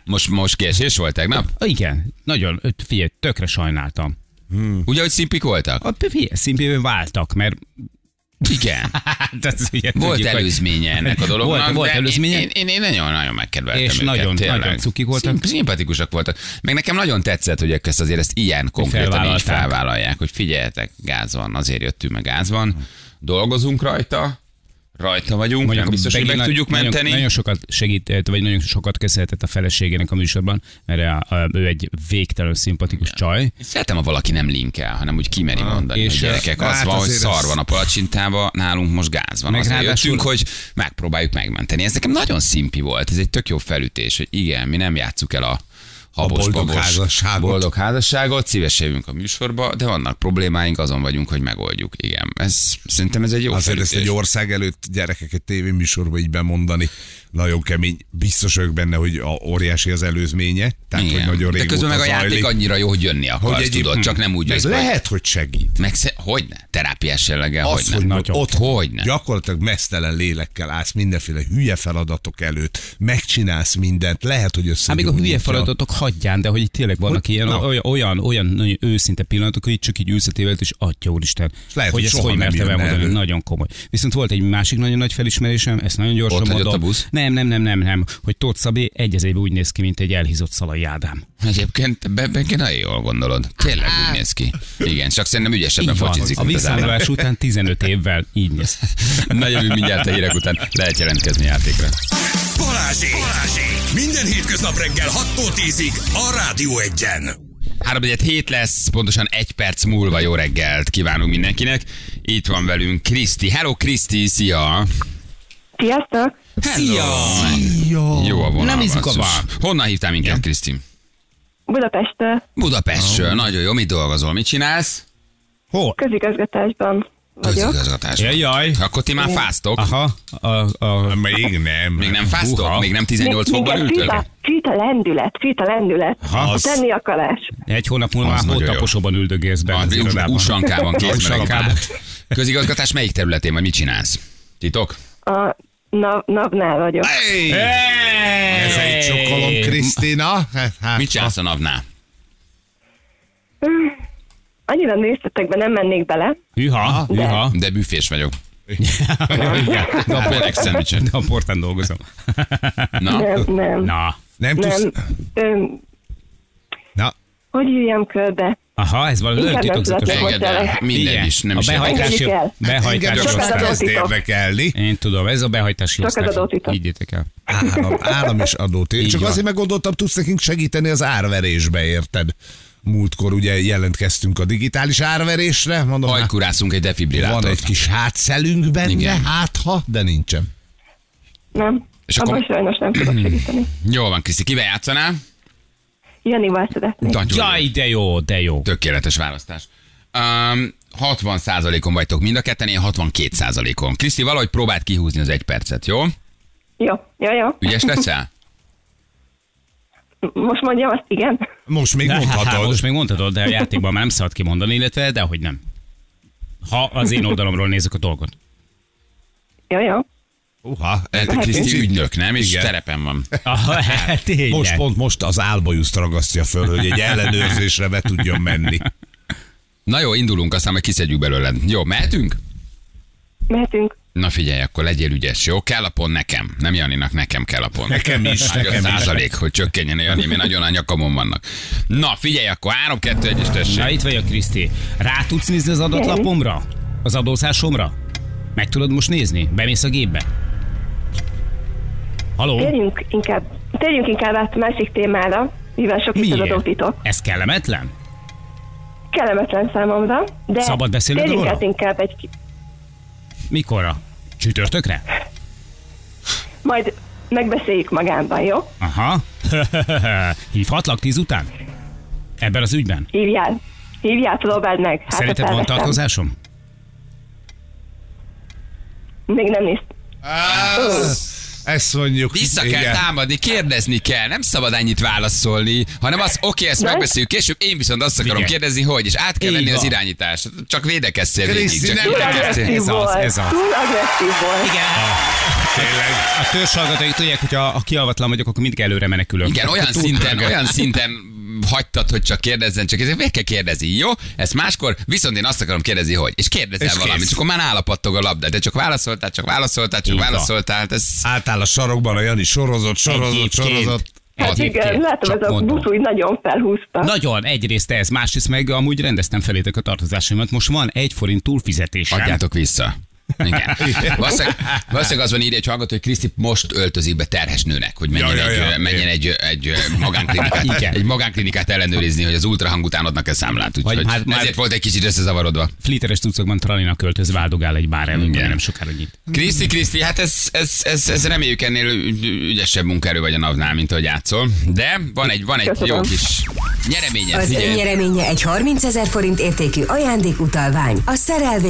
[SPEAKER 2] Most, most kiesés volt tegnap?
[SPEAKER 4] Ah, Igen, nagyon, ö, figyelj, tökre sajnáltam.
[SPEAKER 2] Ugye, hogy szimpik voltak?
[SPEAKER 4] A figyelj, szimplén váltak, mert
[SPEAKER 2] Igen.
[SPEAKER 4] hát ez ugye
[SPEAKER 2] Volt
[SPEAKER 4] tudjuk, hogy-
[SPEAKER 2] előzménye ennek a dolognak.
[SPEAKER 4] Volt, volt
[SPEAKER 2] de én-
[SPEAKER 4] előzménye.
[SPEAKER 2] Én, én, én nagyon-nagyon megkedveltem
[SPEAKER 4] És
[SPEAKER 2] őket,
[SPEAKER 4] nagyon-
[SPEAKER 2] tényleg.
[SPEAKER 4] nagyon cukik voltak.
[SPEAKER 2] Szimp- Szimpatikusak voltak. Meg nekem nagyon tetszett, hogy ők ezt azért ezt ilyen konkrétan így
[SPEAKER 4] felvállalták.
[SPEAKER 2] felvállalják, hogy figyeljetek, gáz van, azért jöttünk, meg gáz van. Dolgozunk rajta, rajta vagyunk, Mondjuk, nem
[SPEAKER 4] Mondjuk,
[SPEAKER 2] biztos, hogy
[SPEAKER 4] Peggy
[SPEAKER 2] meg
[SPEAKER 4] na-
[SPEAKER 2] tudjuk
[SPEAKER 4] nagyon,
[SPEAKER 2] menteni.
[SPEAKER 4] Nagyon sokat segített, vagy nagyon sokat köszönhetett a feleségének a műsorban, mert a, a, ő egy végtelenül szimpatikus csaj.
[SPEAKER 2] Szeretem, ha valaki nem linkel, hanem úgy kimeri mondani, és
[SPEAKER 4] és,
[SPEAKER 2] hogy gyerekek,
[SPEAKER 3] eh,
[SPEAKER 2] az
[SPEAKER 3] hát
[SPEAKER 2] van, hogy
[SPEAKER 3] azért ez-
[SPEAKER 2] szar van a palacsintában, nálunk most gáz van.
[SPEAKER 4] Meg
[SPEAKER 2] Azért
[SPEAKER 4] ráadásul-
[SPEAKER 2] jöttünk, hogy megpróbáljuk megmenteni. Ez nekem nagyon szimpi volt, ez egy tök jó felütés, hogy igen, mi nem játsszuk el a habos,
[SPEAKER 3] boldog
[SPEAKER 2] babos,
[SPEAKER 3] házasságot.
[SPEAKER 2] boldog házasságot, szívesen jövünk a műsorba, de vannak problémáink, azon vagyunk, hogy megoldjuk. Igen, ez, szerintem ez egy jó
[SPEAKER 3] Azért ezt
[SPEAKER 2] felütés.
[SPEAKER 3] egy ország előtt gyerekeket tévéműsorba így bemondani, nagyon kemény. Biztos vagyok benne, hogy a óriási az előzménye, tehát
[SPEAKER 2] igen.
[SPEAKER 3] hogy nagyon
[SPEAKER 2] de
[SPEAKER 3] régóta
[SPEAKER 2] közben meg a játék
[SPEAKER 3] zajlik.
[SPEAKER 2] annyira jó, hogy jönni akarsz, hogy
[SPEAKER 3] egyéb-
[SPEAKER 2] tudod, csak nem úgy
[SPEAKER 3] Meg
[SPEAKER 2] jössz. Lehet...
[SPEAKER 3] Lehet, hogy segít.
[SPEAKER 2] Meg sze... hogyne? Terápiás jelleggel,
[SPEAKER 3] Az,
[SPEAKER 2] hogyne?
[SPEAKER 3] hogy
[SPEAKER 4] Nagyon.
[SPEAKER 3] ott
[SPEAKER 2] Hogyne?
[SPEAKER 3] gyakorlatilag mesztelen lélekkel állsz mindenféle hülye feladatok előtt, megcsinálsz mindent, lehet, hogy össze.
[SPEAKER 4] Hát még a hülye feladatok hagyján, de hogy itt tényleg vannak
[SPEAKER 3] Hogy-
[SPEAKER 4] ilyen
[SPEAKER 3] na.
[SPEAKER 4] olyan, olyan, olyan nagyon őszinte pillanatok, hogy itt csak így ülsz a tévedet, és atya úristen,
[SPEAKER 3] lehet,
[SPEAKER 4] hogy
[SPEAKER 3] hogy
[SPEAKER 4] ezt
[SPEAKER 3] soha
[SPEAKER 4] hogy
[SPEAKER 3] nem
[SPEAKER 4] merte
[SPEAKER 3] jönne
[SPEAKER 4] bemondani,
[SPEAKER 3] elő.
[SPEAKER 4] nagyon komoly. Viszont volt egy másik nagyon nagy felismerésem, ezt nagyon gyorsan
[SPEAKER 2] Ott hagyott
[SPEAKER 4] mondom.
[SPEAKER 2] a busz?
[SPEAKER 4] Nem, nem, nem, nem, nem, hogy Tóth Szabé egy az évben úgy néz ki, mint egy elhízott szalai Ádám.
[SPEAKER 2] Egyébként be, be, nagyon jól gondolod. Tényleg úgy néz ki. Igen, csak szerintem ügyesebben
[SPEAKER 4] Így van.
[SPEAKER 2] focizik,
[SPEAKER 4] A
[SPEAKER 2] mint az állam.
[SPEAKER 4] visszavívás után 15 évvel így néz.
[SPEAKER 2] Na jövünk mindjárt a hírek után. Lehet jelentkezni játékra.
[SPEAKER 1] Balázsék! Balázsék! Minden hétköznap reggel 6-tól 10-ig a Rádió 1-en.
[SPEAKER 2] 347 lesz, pontosan egy perc múlva jó reggelt kívánunk mindenkinek. Itt van velünk Kriszti. Hello Kriszti, szia!
[SPEAKER 5] Sziasztok!
[SPEAKER 2] Szia! Szia! Jó a vonalban.
[SPEAKER 4] Nem izgava.
[SPEAKER 2] szus. Honnan hívtál minket, Kriszti?
[SPEAKER 5] Budapesttől
[SPEAKER 2] Budapestről. Nagyon jó, mit dolgozol, mit csinálsz?
[SPEAKER 4] Hol?
[SPEAKER 5] közigazgatásban vagyok.
[SPEAKER 2] Közigazgatásban.
[SPEAKER 4] Jaj, jaj.
[SPEAKER 2] Akkor ti már fáztok?
[SPEAKER 4] Aha. A, a,
[SPEAKER 3] Hát Még nem.
[SPEAKER 2] Még nem fáztok?
[SPEAKER 4] Húha.
[SPEAKER 2] Még nem 18
[SPEAKER 5] Még-
[SPEAKER 2] fokban
[SPEAKER 5] még egy
[SPEAKER 2] ültök?
[SPEAKER 5] fűt a- Fűt a lendület, fűt a lendület.
[SPEAKER 4] Aha,
[SPEAKER 5] a
[SPEAKER 4] az-
[SPEAKER 5] tenni akarás.
[SPEAKER 4] egy hónap múlva
[SPEAKER 2] Az
[SPEAKER 4] már
[SPEAKER 2] nagyon jó.
[SPEAKER 4] hótaposóban üldögélsz benne. az
[SPEAKER 2] Van,
[SPEAKER 4] irodában.
[SPEAKER 2] Úsankában kézmelegben.
[SPEAKER 4] Úsankában.
[SPEAKER 2] Közigazgatás melyik területén vagy, mit csinálsz? Titok?
[SPEAKER 5] A nav- navnál vagyok.
[SPEAKER 3] Hey!
[SPEAKER 4] Hey!
[SPEAKER 3] Ez egy csokolom, Krisztina. Hát, hát,
[SPEAKER 2] Mit csinálsz a napnál?
[SPEAKER 5] Annyira részletekben nem mennék bele.
[SPEAKER 4] Hűha, hűha.
[SPEAKER 2] De büfés vagyok. Hát,
[SPEAKER 4] Ja, Na,
[SPEAKER 2] Meleg szendvicsen.
[SPEAKER 4] Na, portán dolgozom.
[SPEAKER 2] Na,
[SPEAKER 5] Nem, nem.
[SPEAKER 4] Na.
[SPEAKER 3] Nem tudsz...
[SPEAKER 5] nem. Ö,
[SPEAKER 3] Na,
[SPEAKER 5] hogy írjam körbe?
[SPEAKER 4] Aha, ez valami
[SPEAKER 5] Inkább
[SPEAKER 4] nagyon
[SPEAKER 5] nem
[SPEAKER 4] titokzatos.
[SPEAKER 5] születek
[SPEAKER 2] engedd el.
[SPEAKER 5] hozzá.
[SPEAKER 2] Mindegy
[SPEAKER 4] Igen.
[SPEAKER 2] is, nem
[SPEAKER 4] a
[SPEAKER 2] is érdekel.
[SPEAKER 5] Engedjük
[SPEAKER 4] behajtási,
[SPEAKER 5] el.
[SPEAKER 4] behajtási
[SPEAKER 3] engem
[SPEAKER 5] sokat
[SPEAKER 3] sokat
[SPEAKER 5] adó
[SPEAKER 4] osztály.
[SPEAKER 3] kezd
[SPEAKER 5] titok.
[SPEAKER 3] érdekelni.
[SPEAKER 4] Én tudom, ez a behajtási
[SPEAKER 5] Sokat
[SPEAKER 4] osztály.
[SPEAKER 5] adó titok.
[SPEAKER 4] Így jöttek el.
[SPEAKER 3] Állam, állam és adótér.
[SPEAKER 4] Így
[SPEAKER 3] Csak
[SPEAKER 4] van.
[SPEAKER 3] azért meg gondoltam, tudsz nekünk segíteni az árverésbe, érted? Múltkor ugye jelentkeztünk a digitális árverésre, mondom, hát,
[SPEAKER 2] Hajkurászunk egy
[SPEAKER 3] van
[SPEAKER 2] defibrillátort.
[SPEAKER 3] egy kis hátszelünk benne,
[SPEAKER 2] Igen.
[SPEAKER 3] hát ha, de nincsen.
[SPEAKER 5] Nem.
[SPEAKER 2] És
[SPEAKER 5] Abban
[SPEAKER 2] akkor-
[SPEAKER 5] sajnos nem tudok segíteni.
[SPEAKER 2] Jól van, Kriszti, kivel játszanál?
[SPEAKER 5] Janival szeretnék.
[SPEAKER 2] Nagyon jó.
[SPEAKER 4] Jaj, de jó, de jó.
[SPEAKER 2] Tökéletes választás. Um, 60%-on vagytok mind a ketten, én 62%-on. Kriszti, valahogy próbáld kihúzni az egy percet, jó?
[SPEAKER 5] Jó, jó, jó.
[SPEAKER 2] Ügyes leszel?
[SPEAKER 5] Most mondjam azt, igen?
[SPEAKER 3] Most még
[SPEAKER 4] Hát,
[SPEAKER 3] mondhatod.
[SPEAKER 4] most még mondhatod, de a játékban már nem szabad kimondani, illetve, de hogy nem. Ha az én oldalomról nézzük a dolgot.
[SPEAKER 5] Jó, jó.
[SPEAKER 3] Uha,
[SPEAKER 4] Hát,
[SPEAKER 2] Lehet, hogy Kriszti ügynök, nem? És
[SPEAKER 3] Igen.
[SPEAKER 2] terepen van.
[SPEAKER 4] Aha, hát tényleg.
[SPEAKER 3] most pont most az álbajuszt ragasztja föl, hogy egy ellenőrzésre be tudjon menni.
[SPEAKER 2] Na jó, indulunk, aztán meg kiszedjük belőle. Jó, mehetünk?
[SPEAKER 5] Mehetünk.
[SPEAKER 2] Na figyelj, akkor legyél ügyes, jó? Kell a pont nekem, nem Janinak, nekem kell a pont.
[SPEAKER 3] Nekem is,
[SPEAKER 2] Nagyon
[SPEAKER 3] nekem is.
[SPEAKER 2] százalék, hogy csökkenjen a Jani, mert nagyon a nyakamon vannak. Na figyelj, akkor 3, 2, 1 és tessék.
[SPEAKER 4] Na itt vagyok, Kriszti. Rá tudsz nézni az adatlapomra? Az adózásomra? Meg tudod most nézni? Bemész a gépbe? Haló?
[SPEAKER 5] Térjünk inkább, térjünk inkább át a másik témára, mivel sok itt az adótitok.
[SPEAKER 4] Ez kellemetlen?
[SPEAKER 5] Kellemetlen számomra, de
[SPEAKER 4] Szabad beszélni a
[SPEAKER 5] térjünk
[SPEAKER 4] dologról?
[SPEAKER 5] át inkább egy ki-
[SPEAKER 4] Mikorra? Csütörtökre?
[SPEAKER 5] Majd megbeszéljük magánban, jó?
[SPEAKER 4] Aha. Hívhatlak tíz után? Ebben az ügyben?
[SPEAKER 5] Hívjál. Hívjál, próbáld meg. Hát,
[SPEAKER 4] Szerinted
[SPEAKER 5] aztán
[SPEAKER 4] van
[SPEAKER 5] aztán.
[SPEAKER 4] tartozásom?
[SPEAKER 5] Még nem néz.
[SPEAKER 3] Ezt mondjuk.
[SPEAKER 2] Vissza
[SPEAKER 3] igen.
[SPEAKER 2] kell támadni, kérdezni kell, nem szabad ennyit válaszolni, hanem az, oké, ezt
[SPEAKER 5] De?
[SPEAKER 2] megbeszéljük később, én viszont azt akarom
[SPEAKER 4] Figyelj.
[SPEAKER 2] kérdezni, hogy, és át kell
[SPEAKER 4] Így
[SPEAKER 2] venni az
[SPEAKER 4] van.
[SPEAKER 2] irányítást. Csak védekezzél végig,
[SPEAKER 3] Kriszi,
[SPEAKER 2] csak
[SPEAKER 3] nem
[SPEAKER 5] Túl
[SPEAKER 3] kell
[SPEAKER 2] védekezzél.
[SPEAKER 3] kezdeni.
[SPEAKER 5] agresszív
[SPEAKER 3] Ez az,
[SPEAKER 5] volt.
[SPEAKER 3] ez az.
[SPEAKER 5] Túl agresszív volt.
[SPEAKER 4] Igen.
[SPEAKER 3] Tényleg.
[SPEAKER 4] A törzshallgatóik tudják, hogy ha, ha kialvatlan vagyok, akkor mindig előre menekülök.
[SPEAKER 2] Igen, olyan
[SPEAKER 4] Túl
[SPEAKER 2] szinten,
[SPEAKER 4] pörgök.
[SPEAKER 2] olyan szinten hagytad, hogy csak kérdezzen, csak ezért meg kell kérdezni, jó? Ezt máskor, viszont én azt akarom kérdezni, hogy. És kérdezel
[SPEAKER 3] És kész.
[SPEAKER 2] valamit, és akkor már állapattog a labda, de csak válaszoltál, csak válaszoltál, csak
[SPEAKER 4] Így van.
[SPEAKER 2] válaszoltál, hát ez
[SPEAKER 3] Álltál a sarokban, a Jani sorozott, sorozott,
[SPEAKER 4] Egyébként.
[SPEAKER 3] sorozott.
[SPEAKER 5] Hát igen,
[SPEAKER 4] Egyébként,
[SPEAKER 5] látom,
[SPEAKER 4] csak
[SPEAKER 5] ez a
[SPEAKER 4] mondom.
[SPEAKER 5] busz úgy nagyon felhúzta.
[SPEAKER 4] Nagyon, egyrészt ez, másrészt meg amúgy rendeztem felétek a tartozásaimat. Most van egy forint túlfizetésem.
[SPEAKER 2] adjátok vissza. Igen. Valószínűleg, valószínűleg az van írja egy hallgató, hogy Kriszti most öltözik be terhes nőnek, hogy menjen,
[SPEAKER 3] Ja, ja,
[SPEAKER 2] egy,
[SPEAKER 3] ja.
[SPEAKER 2] ö, menjen egy, ö, egy, ö, magánklinikát,
[SPEAKER 4] Igen.
[SPEAKER 2] egy magánklinikát ellenőrizni, hogy az ultrahang után adnak-e számlát. Úgyhogy
[SPEAKER 4] Vagy már- már-
[SPEAKER 2] ezért volt egy kicsit összezavarodva.
[SPEAKER 4] Flitteres cuccokban Tralinak költöz váldogál egy bár előtt,
[SPEAKER 2] Igen.
[SPEAKER 4] nem sokára nyit.
[SPEAKER 2] Kriszti, Kriszti, hát ez, ez, ez, ez reméljük ennél ügy- ügyesebb munkaerő vagy a navnál, mint ahogy játszol. De van egy, van egy jó
[SPEAKER 5] Köszönöm.
[SPEAKER 2] kis nyereményed,
[SPEAKER 6] Az
[SPEAKER 2] figyelj.
[SPEAKER 6] önnyereménye egy 30 ezer forint értékű ajándékutalvány a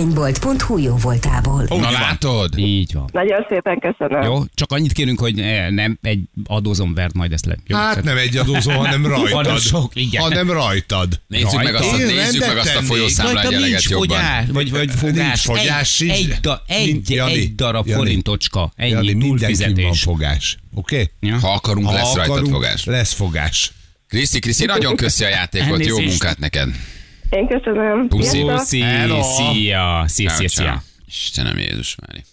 [SPEAKER 6] szerelvénybolt.hu jó voltából.
[SPEAKER 2] Na látod?
[SPEAKER 4] Így van.
[SPEAKER 5] Nagyon szépen köszönöm.
[SPEAKER 4] Jó, csak annyit kérünk, hogy eh, nem egy adózom vert majd ezt le. Jó,
[SPEAKER 3] Hát
[SPEAKER 4] Tehát-
[SPEAKER 3] nem egy adózó, hanem rajtad.
[SPEAKER 4] Hanem sok, igen.
[SPEAKER 3] Hanem rajtad.
[SPEAKER 2] Nézzük meg,
[SPEAKER 4] Rajta.
[SPEAKER 2] azt, a-
[SPEAKER 3] Én
[SPEAKER 2] nézzük meg
[SPEAKER 3] rendet
[SPEAKER 2] azt a
[SPEAKER 3] tennék.
[SPEAKER 2] folyószámla
[SPEAKER 4] Rajtam
[SPEAKER 2] egyeleget
[SPEAKER 4] nincs
[SPEAKER 2] jobban.
[SPEAKER 4] fogyás, vagy, vagy fogás.
[SPEAKER 3] Nincs fogás,
[SPEAKER 4] egy,
[SPEAKER 3] nincs.
[SPEAKER 4] egy, da, egy,
[SPEAKER 3] Jani,
[SPEAKER 4] egy darab
[SPEAKER 3] Jani.
[SPEAKER 4] forintocska, ennyi
[SPEAKER 3] Jani, mindenkin van
[SPEAKER 4] túlfizetés.
[SPEAKER 3] fogás. Oké?
[SPEAKER 4] Ja.
[SPEAKER 2] Ha akarunk,
[SPEAKER 3] Ha
[SPEAKER 2] lesz rajtad
[SPEAKER 3] akarunk,
[SPEAKER 2] fogás.
[SPEAKER 3] Lesz fogás.
[SPEAKER 2] Kriszti, Kriszti, nagyon köszi a játékot, jó
[SPEAKER 4] Elnézést.
[SPEAKER 2] munkát neked.
[SPEAKER 5] Én köszönöm.
[SPEAKER 2] Puszi.
[SPEAKER 5] Sziasztok.
[SPEAKER 4] Puszi,
[SPEAKER 3] Hello.
[SPEAKER 4] szia, szia, szia,
[SPEAKER 2] Ciao.
[SPEAKER 4] szia.
[SPEAKER 2] Istenem Jézus Mári.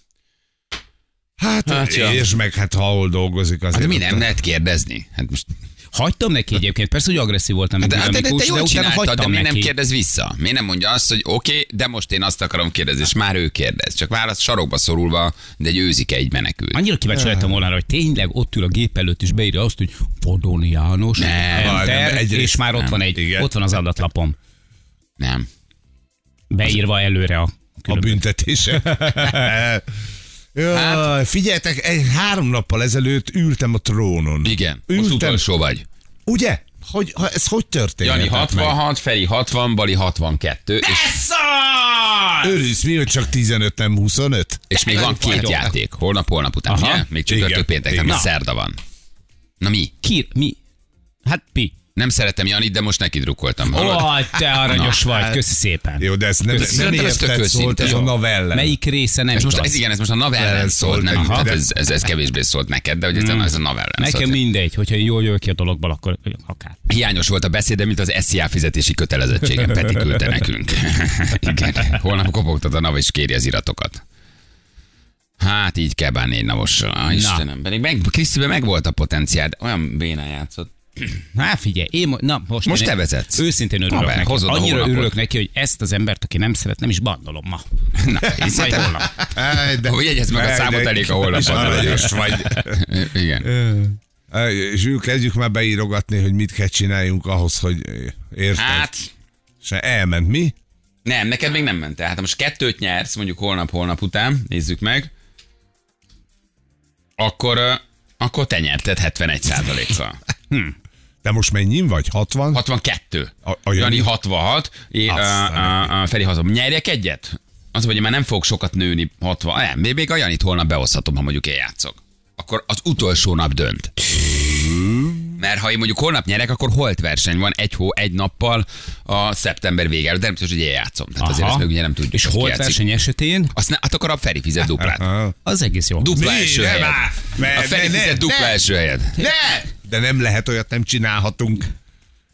[SPEAKER 3] Hát,
[SPEAKER 2] Hát,
[SPEAKER 3] hát
[SPEAKER 2] ja.
[SPEAKER 3] és meg hát ha hol dolgozik azért.
[SPEAKER 2] Hát de mi nem
[SPEAKER 3] ott-
[SPEAKER 2] lehet kérdezni? Hát most
[SPEAKER 4] Hagytam neki egyébként, persze, hogy agresszív voltam, mint
[SPEAKER 2] De, de, de, de,
[SPEAKER 4] dinamikus,
[SPEAKER 2] jól
[SPEAKER 4] utána
[SPEAKER 2] csináltad, de
[SPEAKER 4] hagytam
[SPEAKER 2] miért nem
[SPEAKER 4] neki.
[SPEAKER 2] kérdez vissza? Miért nem mondja azt, hogy oké, okay, de most én azt akarom kérdezni, és már ő kérdez. Csak válasz sarokba szorulva, de egy őzike egy menekült.
[SPEAKER 4] Annyira kíváncsi lettem volna, arra, hogy tényleg ott ül a gép előtt, és beírja azt, hogy Fodon János,
[SPEAKER 3] vaj, nem,
[SPEAKER 4] enter,
[SPEAKER 3] egyrészt
[SPEAKER 4] és már ott
[SPEAKER 2] nem.
[SPEAKER 4] van egy,
[SPEAKER 3] Igen.
[SPEAKER 4] ott van az adatlapom,
[SPEAKER 2] Nem.
[SPEAKER 4] beírva előre a
[SPEAKER 3] a
[SPEAKER 4] különböző.
[SPEAKER 3] büntetése. Jaj,
[SPEAKER 2] Hát-
[SPEAKER 3] figyeljetek, egy három nappal ezelőtt ültem a trónon.
[SPEAKER 2] Igen. Most
[SPEAKER 3] Ültem,
[SPEAKER 2] utolsó vagy.
[SPEAKER 3] ugye? Hogy, ha, ez hogy történt?
[SPEAKER 2] Jani 66, Feri 60, Bali 62, és,
[SPEAKER 3] Őrülsz mi, hogy csak 15, nem 25?
[SPEAKER 2] és még van két
[SPEAKER 3] vagyok.
[SPEAKER 2] játék. Holnap, holnap után,
[SPEAKER 4] Aha.
[SPEAKER 2] ugye? Még csütörtök
[SPEAKER 3] Igen.
[SPEAKER 2] pénteken,
[SPEAKER 3] Igen.
[SPEAKER 2] mert szerda van. Na mi?
[SPEAKER 4] Ki, mi? Hát pi.
[SPEAKER 2] Nem szeretem Janit, de most neki drukkoltam.
[SPEAKER 4] Ó,
[SPEAKER 2] hallod?
[SPEAKER 4] te aranyos vagy, köszi szépen.
[SPEAKER 3] Jó, de ez nem,
[SPEAKER 2] Köszönöm,
[SPEAKER 3] nem
[SPEAKER 2] de ez tök
[SPEAKER 3] érted szólt,
[SPEAKER 2] őszinte.
[SPEAKER 3] ez a novella.
[SPEAKER 4] Melyik része nem
[SPEAKER 2] Ez most,
[SPEAKER 4] igaz?
[SPEAKER 2] ez igen, ez most a novellen
[SPEAKER 3] Ellen
[SPEAKER 2] szólt,
[SPEAKER 3] szólt
[SPEAKER 2] nem,
[SPEAKER 3] neked.
[SPEAKER 2] tehát ez, ez, ez kevésbé szólt neked, de hogy ez, a- ez a novellen
[SPEAKER 4] Nekem
[SPEAKER 2] szólt.
[SPEAKER 4] mindegy, hogyha jól jön ki a dologból, akkor akár.
[SPEAKER 2] Hiányos volt a beszéde, mint az SZIA fizetési kötelezettségem. Peti küldte nekünk. Igen. Holnap kopogtat a nav és kéri az iratokat. Hát így kell bánni egy navossal. Ah, Istenem, pedig meg, Krisztiben meg volt a potenciál, de olyan bénán játszott.
[SPEAKER 4] Hát figyelj, én mo- na, most,
[SPEAKER 2] Most
[SPEAKER 4] én
[SPEAKER 2] te vezetsz.
[SPEAKER 4] Őszintén örülök
[SPEAKER 2] Haver,
[SPEAKER 4] neki.
[SPEAKER 2] hozod a
[SPEAKER 4] Annyira
[SPEAKER 2] hónapot.
[SPEAKER 4] örülök neki, hogy ezt az embert, aki nem szeret, nem is bandolom ma.
[SPEAKER 2] Na,
[SPEAKER 4] Majd
[SPEAKER 2] hiszed?
[SPEAKER 4] holnap.
[SPEAKER 3] Áj, de-
[SPEAKER 2] Hogy jegyezd meg a
[SPEAKER 3] Áj,
[SPEAKER 2] számot,
[SPEAKER 3] de-
[SPEAKER 2] elég a holnapot.
[SPEAKER 3] És aranyos vagy.
[SPEAKER 2] Igen.
[SPEAKER 3] Áj, Zsül, kezdjük már beírogatni, hogy mit kell csináljunk ahhoz, hogy érted.
[SPEAKER 2] Hát,
[SPEAKER 3] Se elment mi?
[SPEAKER 2] nem, neked még nem ment el. Hát ha most kettőt nyersz, mondjuk holnap-holnap után, nézzük meg, akkor, ö, akkor te nyerted 71 kal
[SPEAKER 3] Te most mennyin vagy? 60?
[SPEAKER 2] 62.
[SPEAKER 3] A- a Jani?
[SPEAKER 2] Jani 66. Én, a,
[SPEAKER 3] Azt
[SPEAKER 2] a, a Feri hazom. Nyerjek egyet? Az, hogy én már nem fogok sokat nőni 60. Nem, még- még a Janit holnap behozhatom, ha mondjuk én játszok. Akkor az utolsó nap dönt. Mert ha én mondjuk holnap nyerek, akkor holt verseny van egy hó, egy nappal a szeptember vége előtt, de nem biztos, hogy én játszom. Tehát azért
[SPEAKER 4] Aha.
[SPEAKER 2] ezt meg ugye nem tudjuk.
[SPEAKER 4] És
[SPEAKER 2] hogy ki
[SPEAKER 4] holt
[SPEAKER 2] játszik.
[SPEAKER 4] verseny esetén
[SPEAKER 2] Azt ne, hát akkor a Feri fizet duplát.
[SPEAKER 3] Aha.
[SPEAKER 4] az egész jó.
[SPEAKER 2] Dupla
[SPEAKER 3] Mi?
[SPEAKER 2] első
[SPEAKER 3] Ne
[SPEAKER 2] helyed.
[SPEAKER 3] már!
[SPEAKER 2] A
[SPEAKER 3] Ne,
[SPEAKER 2] Feri
[SPEAKER 3] ne, ne,
[SPEAKER 2] fizet dupla
[SPEAKER 3] ne.
[SPEAKER 2] első helyed.
[SPEAKER 3] Ne! De nem lehet, olyat nem csinálhatunk.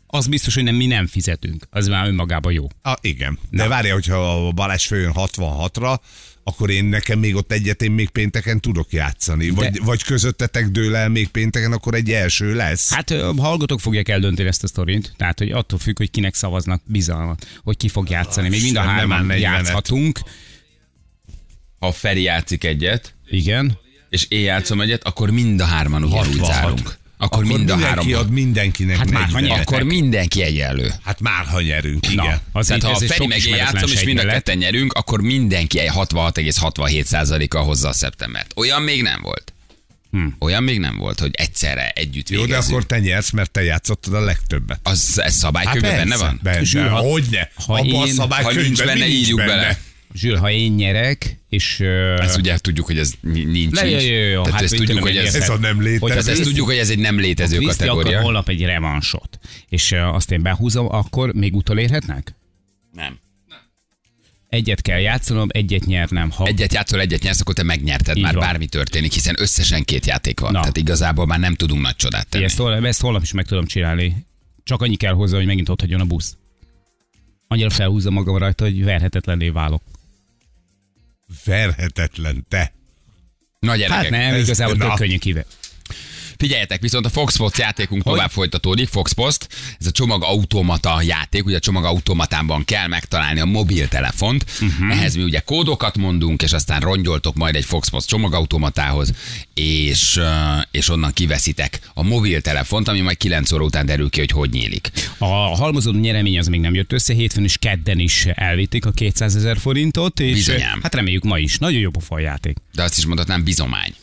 [SPEAKER 4] Az biztos, hogy nem, mi nem fizetünk. Az már önmagában jó.
[SPEAKER 3] A, Ah, igen. De várja, hogyha a Balázs följön 66-ra, akkor én nekem még ott egyet, én még pénteken tudok játszani. Vagy, vagy közöttetek dől el még pénteken, akkor egy első lesz.
[SPEAKER 4] Hát ö, a hallgatók fogják eldönteni ezt a sztorint, tehát hogy attól függ, hogy kinek szavaznak bizalmat, hogy ki fog játszani. Még mind a
[SPEAKER 3] Isten, nem áll
[SPEAKER 4] hárman
[SPEAKER 3] 40-et.
[SPEAKER 4] játszhatunk.
[SPEAKER 2] Ha a Feri játszik egyet,
[SPEAKER 4] Igen.
[SPEAKER 2] és én játszom egyet, akkor mind a hárman ugyanúgy
[SPEAKER 3] 66.
[SPEAKER 2] zárunk. Akkor, akkor mind a
[SPEAKER 3] mindenki
[SPEAKER 2] hárman.
[SPEAKER 3] ad mindenkinek
[SPEAKER 4] Hát
[SPEAKER 3] hát
[SPEAKER 4] már, ha
[SPEAKER 3] már,
[SPEAKER 4] nyer-
[SPEAKER 2] Akkor mindenki egyenlő.
[SPEAKER 3] Hát már ha nyerünk, igen.
[SPEAKER 4] Na, az
[SPEAKER 2] Tehát
[SPEAKER 4] így-
[SPEAKER 2] ha a
[SPEAKER 4] ez egy
[SPEAKER 2] Feri
[SPEAKER 4] sok
[SPEAKER 2] meg én játszom, és
[SPEAKER 4] ismeretlen
[SPEAKER 2] mind a
[SPEAKER 4] sejtmelet.
[SPEAKER 2] ketten nyerünk, akkor mindenki egy 66,67%-a hozza a szeptembert. Olyan még nem volt. Olyan még nem volt, hogy egyszerre együtt
[SPEAKER 3] Hm. Jó, de
[SPEAKER 2] végezzünk.
[SPEAKER 3] akkor te nyersz, mert te játszottad a legtöbbet. Hát
[SPEAKER 2] az, ez szabálykönyvben benne van?
[SPEAKER 3] Benne,
[SPEAKER 4] ha-
[SPEAKER 3] hogyne.
[SPEAKER 4] ha
[SPEAKER 3] Abban a
[SPEAKER 4] én-
[SPEAKER 2] Ha
[SPEAKER 3] szabálykönyvben
[SPEAKER 2] nincs benne, írjuk
[SPEAKER 3] benne.
[SPEAKER 2] bele.
[SPEAKER 4] Zsül, ha én nyerek, és... ö,
[SPEAKER 2] Ezt ugye tudjuk, hogy ez ni- nincs.
[SPEAKER 4] Le,
[SPEAKER 2] így.
[SPEAKER 4] jó, jó, jó,
[SPEAKER 2] Tehát
[SPEAKER 4] hát
[SPEAKER 2] ezt
[SPEAKER 4] mit
[SPEAKER 2] tudjuk,
[SPEAKER 4] tudom
[SPEAKER 2] hogy
[SPEAKER 4] én,
[SPEAKER 2] ez,
[SPEAKER 3] Ez
[SPEAKER 4] érted?
[SPEAKER 3] a nem
[SPEAKER 4] Hogy hát
[SPEAKER 2] tehát
[SPEAKER 4] az
[SPEAKER 3] létező.
[SPEAKER 2] ezt
[SPEAKER 4] Kriszti-
[SPEAKER 2] tudjuk, hogy ez egy nem létező
[SPEAKER 4] Kriszti akar
[SPEAKER 2] kategória.
[SPEAKER 4] holnap egy revansot, és ö, azt én behúzom, akkor még utolérhetnek?
[SPEAKER 2] Nem.
[SPEAKER 4] Egyet kell játszanom, egyet nyernem. Ha
[SPEAKER 2] Egyet játszol, egyet nyersz, akkor te megnyerted,
[SPEAKER 4] Így
[SPEAKER 2] már
[SPEAKER 4] van.
[SPEAKER 2] bármi történik, hiszen összesen két játék van.
[SPEAKER 4] Na.
[SPEAKER 2] Tehát igazából már nem tudunk nagy csodát tenni.
[SPEAKER 4] ezt, holnap, ezt holnap is meg tudom csinálni. Csak annyi kell hozzá, hogy megint ott hagyjon a busz. Annyira felhúzza magam rajta, hogy verhetetlenné válok.
[SPEAKER 3] Verhetetlen te.
[SPEAKER 2] Na gyerekek,
[SPEAKER 4] Hát nem,
[SPEAKER 3] ez-
[SPEAKER 4] igazából
[SPEAKER 3] na.
[SPEAKER 4] tök könnyű kive.
[SPEAKER 2] Figyeljetek, viszont a Fox Post játékunk tovább folytatódik, Fox Post. Ez a csomagautomata játék, ugye a csomagautomatában kell megtalálni a mobiltelefont. Uh-huh. Ehhez mi ugye kódokat mondunk, és aztán rongyoltok majd egy Fox Post csomagautomatához, és, ö, és onnan kiveszitek a mobiltelefont, ami majd 9 óra után derül ki, hogy hogy nyílik.
[SPEAKER 4] A halmozódó nyeremény az még nem jött össze, hétfőn és kedden is elvitték a 200 ezer forintot, és
[SPEAKER 2] Bizonyám.
[SPEAKER 4] hát reméljük ma is. Nagyon jó pofa a játék.
[SPEAKER 2] De azt is mondhatnám, bizomány.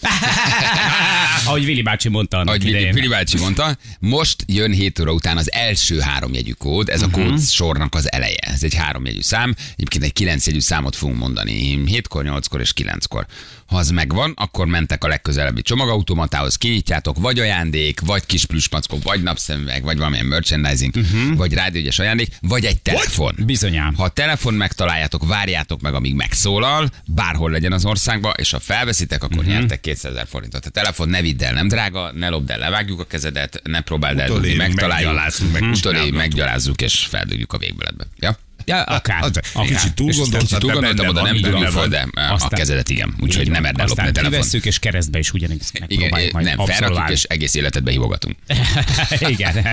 [SPEAKER 4] Ahogy Vili bácsi mondta annak
[SPEAKER 2] Ahogy Vili,
[SPEAKER 4] idején.
[SPEAKER 2] Vili bácsi mondta, most jön 7 óra után az első háromjegyű kód, ez a
[SPEAKER 4] Mhm.
[SPEAKER 2] kód uh-huh. sornak az eleje. Ez egy háromjegyű szám, egyébként egy kilencjegyű számot fogunk mondani, 7-kor, 8-kor és 9-kor. Ha az megvan, akkor mentek a legközelebbi csomagautomatához, kinyitjátok vagy ajándék, vagy kis plüsmackó, vagy napszemüveg, vagy valamilyen merchandising,
[SPEAKER 4] Mhm.
[SPEAKER 2] uh-huh. vagy rádiógyes ajándék, vagy egy telefon.
[SPEAKER 4] Bizonyám.
[SPEAKER 2] Ha a telefon megtaláljátok, várjátok meg, amíg megszólal, bárhol legyen az országban, és ha felveszitek,
[SPEAKER 4] Mhm.
[SPEAKER 2] akkor uh-huh. nyertek 200 ezer forintot. A telefon ne vidd el, nem drága, ne lopd el, levágjuk a kezedet, ne próbáld el,
[SPEAKER 3] Utolérünk,
[SPEAKER 2] megtaláljuk. Mhm.
[SPEAKER 3] meggyalázzunk,
[SPEAKER 2] Utolé,
[SPEAKER 3] megcsinálgatunk.
[SPEAKER 2] meggyalázzuk, és feldugjuk a végbületbe. Ja?
[SPEAKER 4] Ja, akár.
[SPEAKER 3] Az-
[SPEAKER 4] akár.
[SPEAKER 3] kicsit túl
[SPEAKER 4] És aztán
[SPEAKER 3] gondolsz,
[SPEAKER 2] Kicsit túl
[SPEAKER 3] de
[SPEAKER 2] gondoltam,
[SPEAKER 3] benne
[SPEAKER 2] oda nem
[SPEAKER 3] van,
[SPEAKER 2] tudom,
[SPEAKER 3] benne
[SPEAKER 2] föl,
[SPEAKER 3] van.
[SPEAKER 2] de a kezedet igen. Úgyhogy
[SPEAKER 4] Így
[SPEAKER 2] nem
[SPEAKER 4] van.
[SPEAKER 2] erd el lopni a
[SPEAKER 4] Aztán
[SPEAKER 2] telefon.
[SPEAKER 4] kivesszük, és keresztbe is ugyanígy
[SPEAKER 2] Igen, eh,
[SPEAKER 4] megpróbáljuk majd
[SPEAKER 2] nem, felrakjuk,
[SPEAKER 4] abszolválni.
[SPEAKER 2] és egész életedbe hívogatunk.
[SPEAKER 4] Igen,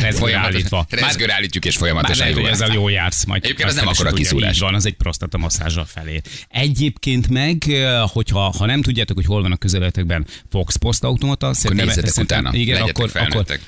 [SPEAKER 4] rezgőre állítva. Már-
[SPEAKER 2] Rezgőre állítjuk, és
[SPEAKER 4] Már
[SPEAKER 2] folyamatosan
[SPEAKER 4] lehet, hogy
[SPEAKER 2] hívogatunk.
[SPEAKER 4] ezzel jól jársz majd.
[SPEAKER 2] Egyébként az
[SPEAKER 4] Aztán
[SPEAKER 2] nem
[SPEAKER 4] is
[SPEAKER 2] akkora
[SPEAKER 4] tudja,
[SPEAKER 2] kiszúrás.
[SPEAKER 4] Így van, az egy prostata masszázsal felé. Egyébként meg, eh, hogyha ha nem tudjátok, hogy hol van a közeletekben Fox Post automata, szerintem-
[SPEAKER 2] nézzetek
[SPEAKER 4] szerintem-
[SPEAKER 2] utána,
[SPEAKER 4] Igen,
[SPEAKER 2] legyetek
[SPEAKER 4] akkor, akkor
[SPEAKER 2] felnőttek.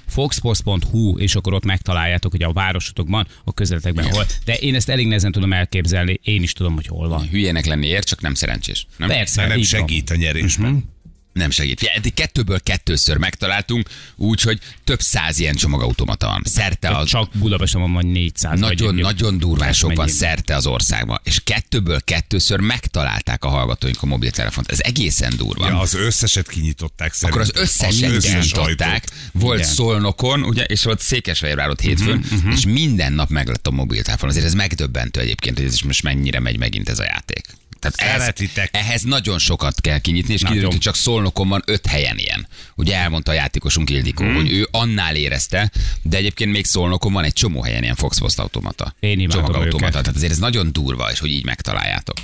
[SPEAKER 4] foxpost.hu, és akkor ott megtaláljátok, hogy a városotokban, a közeletekben
[SPEAKER 2] Igen.
[SPEAKER 4] hol. De én ezt elég nehezen tudom elképzelni, én is tudom, hogy hol van.
[SPEAKER 2] Hülyének lenni ér, csak nem szerencsés. Nem?
[SPEAKER 4] Persze,
[SPEAKER 3] Mert nem
[SPEAKER 4] így van. Mhm.
[SPEAKER 3] segít a nyerésben.
[SPEAKER 2] Nem segít. Figyelj, eddig kettőből kettőször megtaláltunk, úgyhogy több száz ilyen csomagautomata van. Szerte az
[SPEAKER 4] Csak Budapesten van majd 400. vagy
[SPEAKER 2] nagyon,
[SPEAKER 4] mondjuk
[SPEAKER 2] nagyon durván sok van
[SPEAKER 4] mennyi.
[SPEAKER 2] szerte az országban, és kettőből kettőször megtalálták a hallgatóink a mobiltelefont. Ez egészen durva.
[SPEAKER 3] Ja, az összeset kinyitották
[SPEAKER 2] akkor
[SPEAKER 3] szerintem.
[SPEAKER 2] az összeset
[SPEAKER 3] összes
[SPEAKER 2] gyártották.
[SPEAKER 3] ajtót.
[SPEAKER 2] Volt
[SPEAKER 4] Igen.
[SPEAKER 2] Szolnokon, ugye, és volt Székesfehérvár ott hétfőn, uh-huh, uh-huh. és minden nap meglett a mobiltelefon. Azért ez megdöbbentő egyébként, hogy ez is most mennyire megy megint ez a játék. Tehát ehhez,
[SPEAKER 3] Szeretitek.
[SPEAKER 2] ehhez nagyon sokat kell kinyitni, és kiderült, hogy csak Szolnokon van öt helyen ilyen. Ugye elmondta a játékosunk Ildikó, hmm. hogy ő annál érezte, de egyébként még Szolnokon van egy csomó helyen ilyen Foxpost automata.
[SPEAKER 4] Én imádom
[SPEAKER 2] Csomagautomata.
[SPEAKER 4] őket.
[SPEAKER 2] Tehát azért ez nagyon durva, és hogy így megtaláljátok.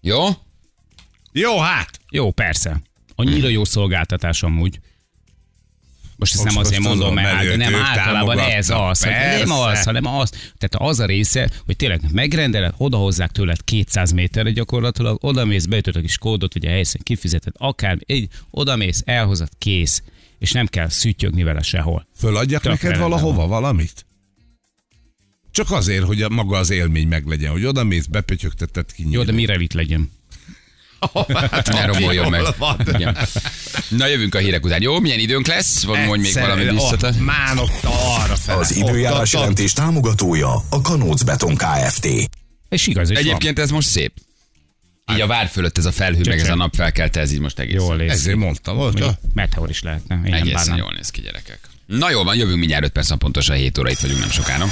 [SPEAKER 2] Jó?
[SPEAKER 3] Jó, hát!
[SPEAKER 4] Jó, persze. Annyira
[SPEAKER 3] Hmm.
[SPEAKER 4] jó szolgáltatás amúgy. Most ezt
[SPEAKER 3] Most-
[SPEAKER 4] nem azért
[SPEAKER 3] most
[SPEAKER 4] mondom,
[SPEAKER 3] tudom,
[SPEAKER 4] mert
[SPEAKER 3] mert
[SPEAKER 4] hát,
[SPEAKER 3] őt-
[SPEAKER 4] nem
[SPEAKER 3] őt
[SPEAKER 4] általában ez
[SPEAKER 3] támogatnak.
[SPEAKER 4] az, hogy nem
[SPEAKER 3] Persze.
[SPEAKER 4] az, hanem az. Tehát az a része, hogy tényleg megrendeled, odahozzák tőled 200 méterre gyakorlatilag, odamész, beütöd a kis kódot, ugye a helyszínen kifizeted, akár így, odamész, elhozod, kész. És nem kell szütyögni vele sehol.
[SPEAKER 3] Föladjak
[SPEAKER 4] Tök
[SPEAKER 3] neked
[SPEAKER 4] rendben
[SPEAKER 3] valahova valamit? Csak azért, hogy a, maga az élmény meglegyen, hogy oda mész, bepötyögteted ki.
[SPEAKER 4] Jó, de mire vitt legyen?
[SPEAKER 2] Ne romoljon meg.
[SPEAKER 3] Van.
[SPEAKER 2] Igen. Na jövünk a hírek után. Jó, milyen időnk lesz? Vagy mondj még valami visszatet?
[SPEAKER 3] Oh, Mánokta arra fel.
[SPEAKER 7] Az időjárás jelentés támogatója a Kanóc Beton Kft.
[SPEAKER 4] És igaz, is
[SPEAKER 2] Egyébként ez most szép. Így a vár fölött ez a felhő, meg ez a nap felkelte, ez így most egész.
[SPEAKER 4] van. Jól néz.
[SPEAKER 3] Ezért mondtam, hogy
[SPEAKER 4] Mondjuk
[SPEAKER 3] a
[SPEAKER 4] Meteor is lehetne. Én nem
[SPEAKER 2] egészen
[SPEAKER 4] bánnám.
[SPEAKER 2] jól néz ki, gyerekek. Na jól van, jövünk mindjárt 5 perc, pontosan 7 óra itt vagyunk nem sokára.